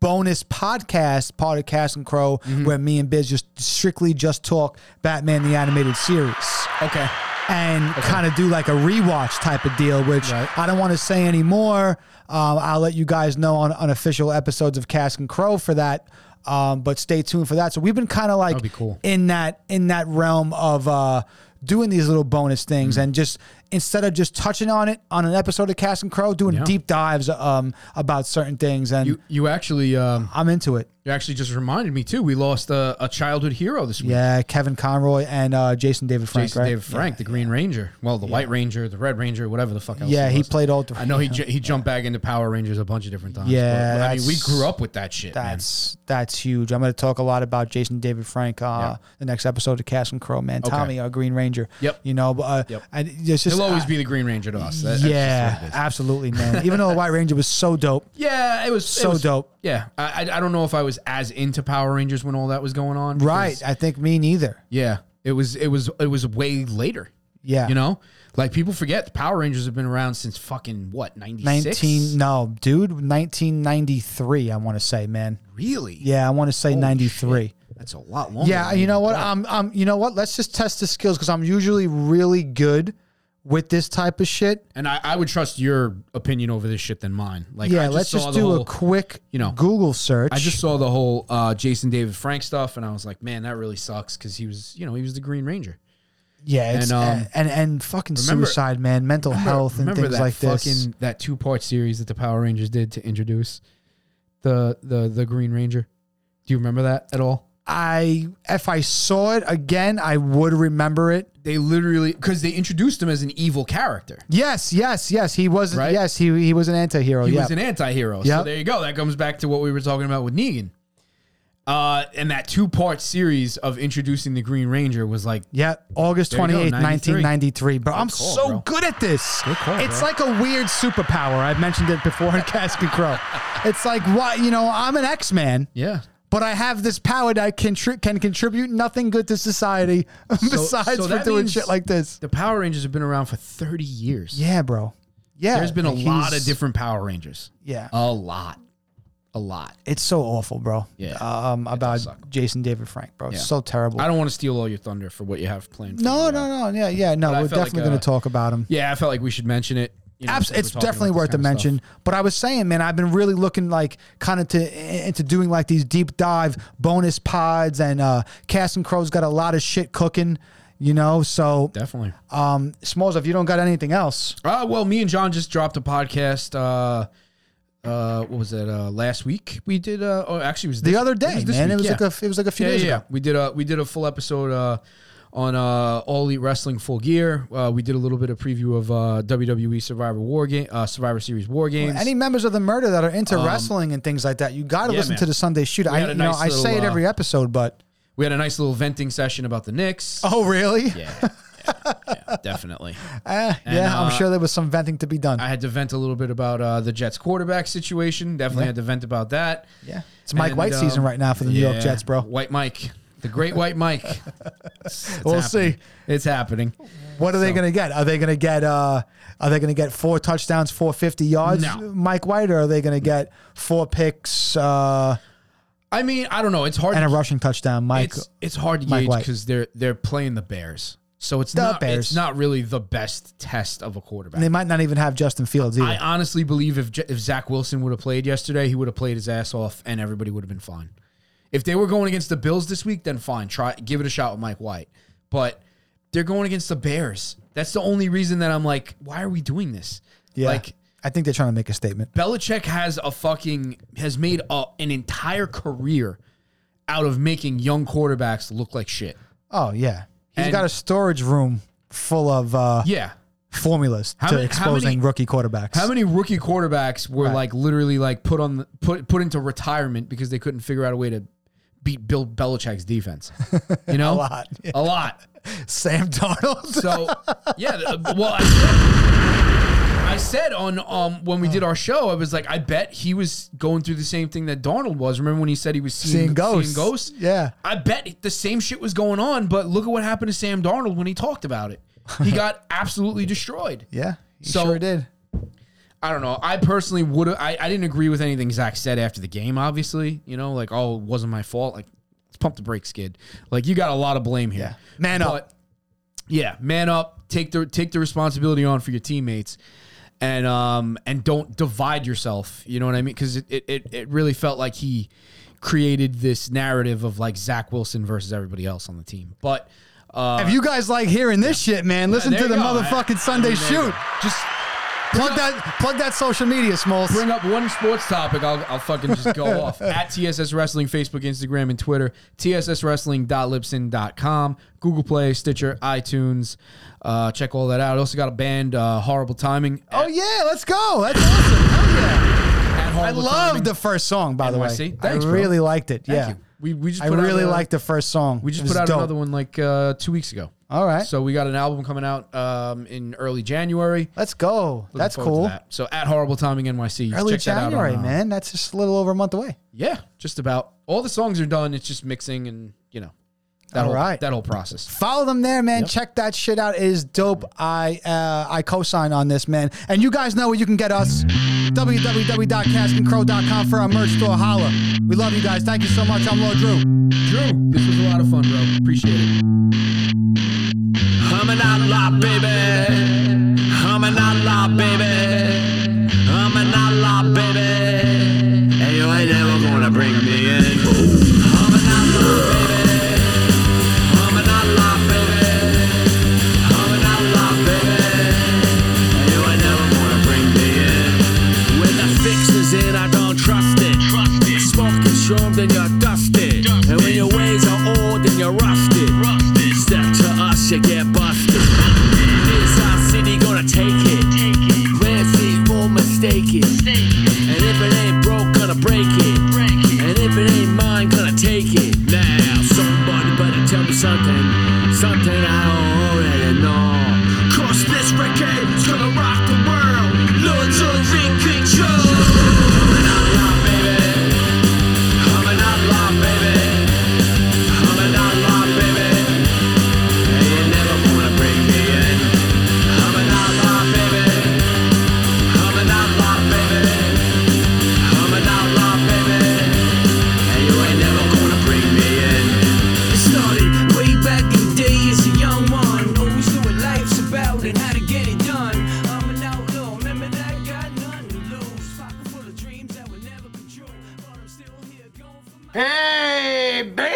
bonus podcast, part of Cast and Crow, Mm-hmm. where me and Biz just strictly just talk Batman the animated series Okay. and kind of do like a rewatch type of deal, which Right. I don't want to say anymore. Um, I'll let you guys know on unofficial episodes of Cask and Crow for that. Um, but stay tuned for that. So we've been kind of like That'd be cool. in that in that realm of uh, doing these little bonus things Mm-hmm. and just instead of just touching on it on an episode of Cask and Crow, doing Yeah. deep dives um, about certain things, and You you actually um I'm into it. you actually just reminded me too. We lost a, a childhood hero this week. Yeah, Kevin Conroy and uh, Jason David Frank. Jason right? David Frank, the Green Ranger. Well, the White Ranger, the Red Ranger, whatever the fuck else. Yeah, he was. played all three. I know he ju- he jumped back into Power Rangers a bunch of different times. Yeah, but, but, I mean, we that's- grew up with that shit. man. That's that's huge. I'm going to talk a lot about Jason David Frank uh, the next episode of Cast and Crow. Man, Tommy, our Green Ranger. Yep. You know, but, uh, Yep. and it's just He'll always I- be the Green Ranger to us. That- that's just what it yeah, is. absolutely, man. Even though the White Ranger was so dope, yeah. It was it So was- dope. Yeah, I I I don't know if I was as into Power Rangers when all that was going on. right? because- I think me neither. Yeah, it was it was it was way later. Yeah. you know, like people forget the Power Rangers have been around since fucking what ninety six. Nineteen, no, dude, 1993. I want to say, man. really? Yeah, I want to say 93. that's a lot longer. Yeah, than you know we what? thought. Um, um, you know what? Let's just test the skills because I'm usually really good with this type of shit. And I, I would trust your opinion over this shit than mine. Like, I Yeah, just let's saw just the do whole, a quick, you know, Google search. I just saw the whole uh, Jason David Frank stuff, and I was like, man, that really sucks because he was, you know, he was the Green Ranger. Yeah, it's, And, um, and, and and fucking remember- suicide, man, mental health and Remember things that like fucking this. that two part series that the Power Rangers did to introduce the the the Green Ranger. Do you remember that at all? I if I saw it again, I would remember it. They literally because they introduced him as an evil character. Yes, yes, yes. He was Right? yes, he he was an antihero. He yeah. was an anti-hero. So Yep. there you go. That comes back to what we were talking about with Negan. Uh, and that two-part series of introducing the Green Ranger was like yeah, August There you go, 28, 93. 1993. Bro, call, I'm so bro. good at this. call, it's bro. like a weird superpower. I've mentioned it before on Cask and Crow. It's like, why, you know, I'm an X-Man, yeah. but I have this power that can, tri- can contribute nothing good to society besides so for that doing means- shit like this. The Power Rangers have been around for 30 years. Yeah, bro. Yeah. There's been a like, lot he's- of different uh, Power Rangers. Yeah. A lot. A lot. it's so awful, bro. Yeah. Um, about suck. Jason David Frank, bro. It's Yeah. so terrible. I don't want to steal all your thunder for what you have planned. For no, the, uh, no, no. Yeah, yeah. No, I we're felt like, definitely uh, going to talk about him. Yeah, I felt like we should mention it. you know, Abs- since it's we're talking definitely about this worth a kind of mention. stuff. But I was saying, man, I've been really looking like kind of to into doing like these deep dive bonus pods, and uh, Cast and Crow's got a lot of shit cooking, you know. So, Definitely. um, Smalls, if you don't got anything else, Uh, well, me and John just dropped a podcast. Uh, uh, what was it? Uh, last week we did. Uh, oh, actually, it was the this, other it day, this man, week, it was yeah. like a it was like a few yeah, days yeah, yeah. ago. We did a we did a full episode uh, on uh, All Elite Wrestling Full Gear. Uh, we did a little bit of preview of uh, WWE Survivor War Game, uh, Survivor Series War Games. Any members of the murder that are into wrestling and things like that, you got to Um, yeah, listen man. to the Sunday shoot. I, had a you know, nice I little, say it uh, every episode, but we had a nice little venting session about the Knicks. oh, really? Yeah, yeah, yeah, definitely. Eh, yeah, I'm uh, sure there was some venting to be done. I had to vent a little bit about uh, the Jets quarterback situation. Definitely had to vent about that. yeah, it's Mike And, White season um, right now for the New York yeah, Jets, bro. White Mike, the great White Mike. It's- it's We'll happening. see. It's happening. What are they going to get? Are they going to get? Uh, are they going to get four touchdowns, four fifty yards, No. Mike White, or are they going to get four picks uh, I mean, I don't know. It's hard. and a to, rushing touchdown, Mike? it's it's hard to Mike gauge White. because they're they're playing the Bears, so it's The not Bears. it's not really the best test of a quarterback. And they might not even have Justin Fields either. I honestly believe if J- if Zach Wilson would have played yesterday, he would have played his ass off, and everybody would have been fine. If they were going against the Bills this week, then fine, try give it a shot with Mike White. But they're going against the Bears. That's the only reason that I'm like, why are we doing this? Yeah. Like I think they're trying to make a statement. Belichick has a fucking has made a, an entire career out of making young quarterbacks look like shit. Oh yeah, he's And- got a storage room full of uh, Yeah. formulas How to many- how exposing many- rookie quarterbacks. How many rookie quarterbacks were like literally like put on the, put put into retirement because they couldn't figure out a way to beat Bill Belichick's defense? You know, a lot, yeah. a lot. Sam Darnold. So yeah, th- uh, well, I said, I said on um when we did Oh. our show, I was like, I bet he was going through the same thing that Darnold was. Remember when he said he was seeing, Seeing ghosts. Seeing ghosts? Yeah. I bet the same shit was going on. But look at what happened to Sam Darnold when he talked about it. He got absolutely destroyed. yeah, he So- sure did. I don't know. I personally would. I I didn't agree with anything Zach said after the game. Obviously, you know, like oh, it wasn't my fault. Like, let's pump the brakes, kid. Like you got a lot of blame here. Yeah. Man up. Yeah, man up. Take the take the responsibility on for your teammates, and um and don't divide yourself. You know what I mean? Because it, it it it really felt like he created this narrative of like Zach Wilson versus everybody else on the team. But uh, If you guys like hearing this shit, man, listen there to the you go. motherfucking I- I Sunday mean, there you shoot. go. Just plug that plug that social media, Smalls. bring up one sports topic, I'll, I'll fucking just go off. At TSS Wrestling, Facebook, Instagram, and Twitter. TSSWrestling.lipson.com. Google Play, Stitcher, iTunes. Uh, check all that out. I also got a band, uh, Horrible Timing. Oh yeah, let's go. That's awesome. Hell yeah. At I Horrible love Timing. the first song, by the way. NYC. I Thanks, bro. really liked it. Thank Yeah. you. We, we just I put out really a- liked the first song. We just It was put out dope. another one like uh, two weeks ago. All right. So we got an album coming out um, in early January. Let's go. Looking That's forward to cool. that. So at Horrible Timing NYC. Early check that out on, January, uh, man. That's just a little over a month away. Yeah, just about. All the songs are done. It's just mixing and you know that All whole right. that whole process. Follow them there, man. Check that shit out. It is dope. I uh, I co-sign on this, man. And you guys know where you can get us. www.caskandcrow.com for our merch store. Holla. We love you guys. Thank you so much. I'm Lord Drew. Drew, this was a lot of fun, bro. Appreciate it. I'm an outlaw, baby. I'm an outlaw, baby. I'm an outlaw, baby. Hey, yo, hey, they were gonna bring me in. I'm an outlaw, baby. I'm an outlaw, baby. I'm an outlaw, baby. Hey, yo, hey, they were gonna bring me in. When the fix is in, I don't trust it. Trust it. Smoke is strong, then you're dusted. And when your ways are old, then you're rusted. rusted. Step to us, you get busted. Is our city gonna take it? Take it. Red seat won't mistake it. And if it ain't broke, gonna break it. Break it. And if it ain't mine, gonna take it. Now, somebody better tell me something. Something I already know. Cause this recade's gonna rock the world. Lords of in control. I'm an outlaw, baby. I'm an outlaw, baby. I'm an outlaw, baby. Hey, you never wanna bring me in. I'm an outlaw, baby. I'm an outlaw, baby. I'm an outlaw, baby. And you ain't never gonna bring me in. It started way back in the day as a young one. Always knew what life's about and how to get it done. I'm an outlaw, remember that? Got nothing to lose. Pocket full of dreams that were never controlled. But I'm still here going for my. Hey, baby!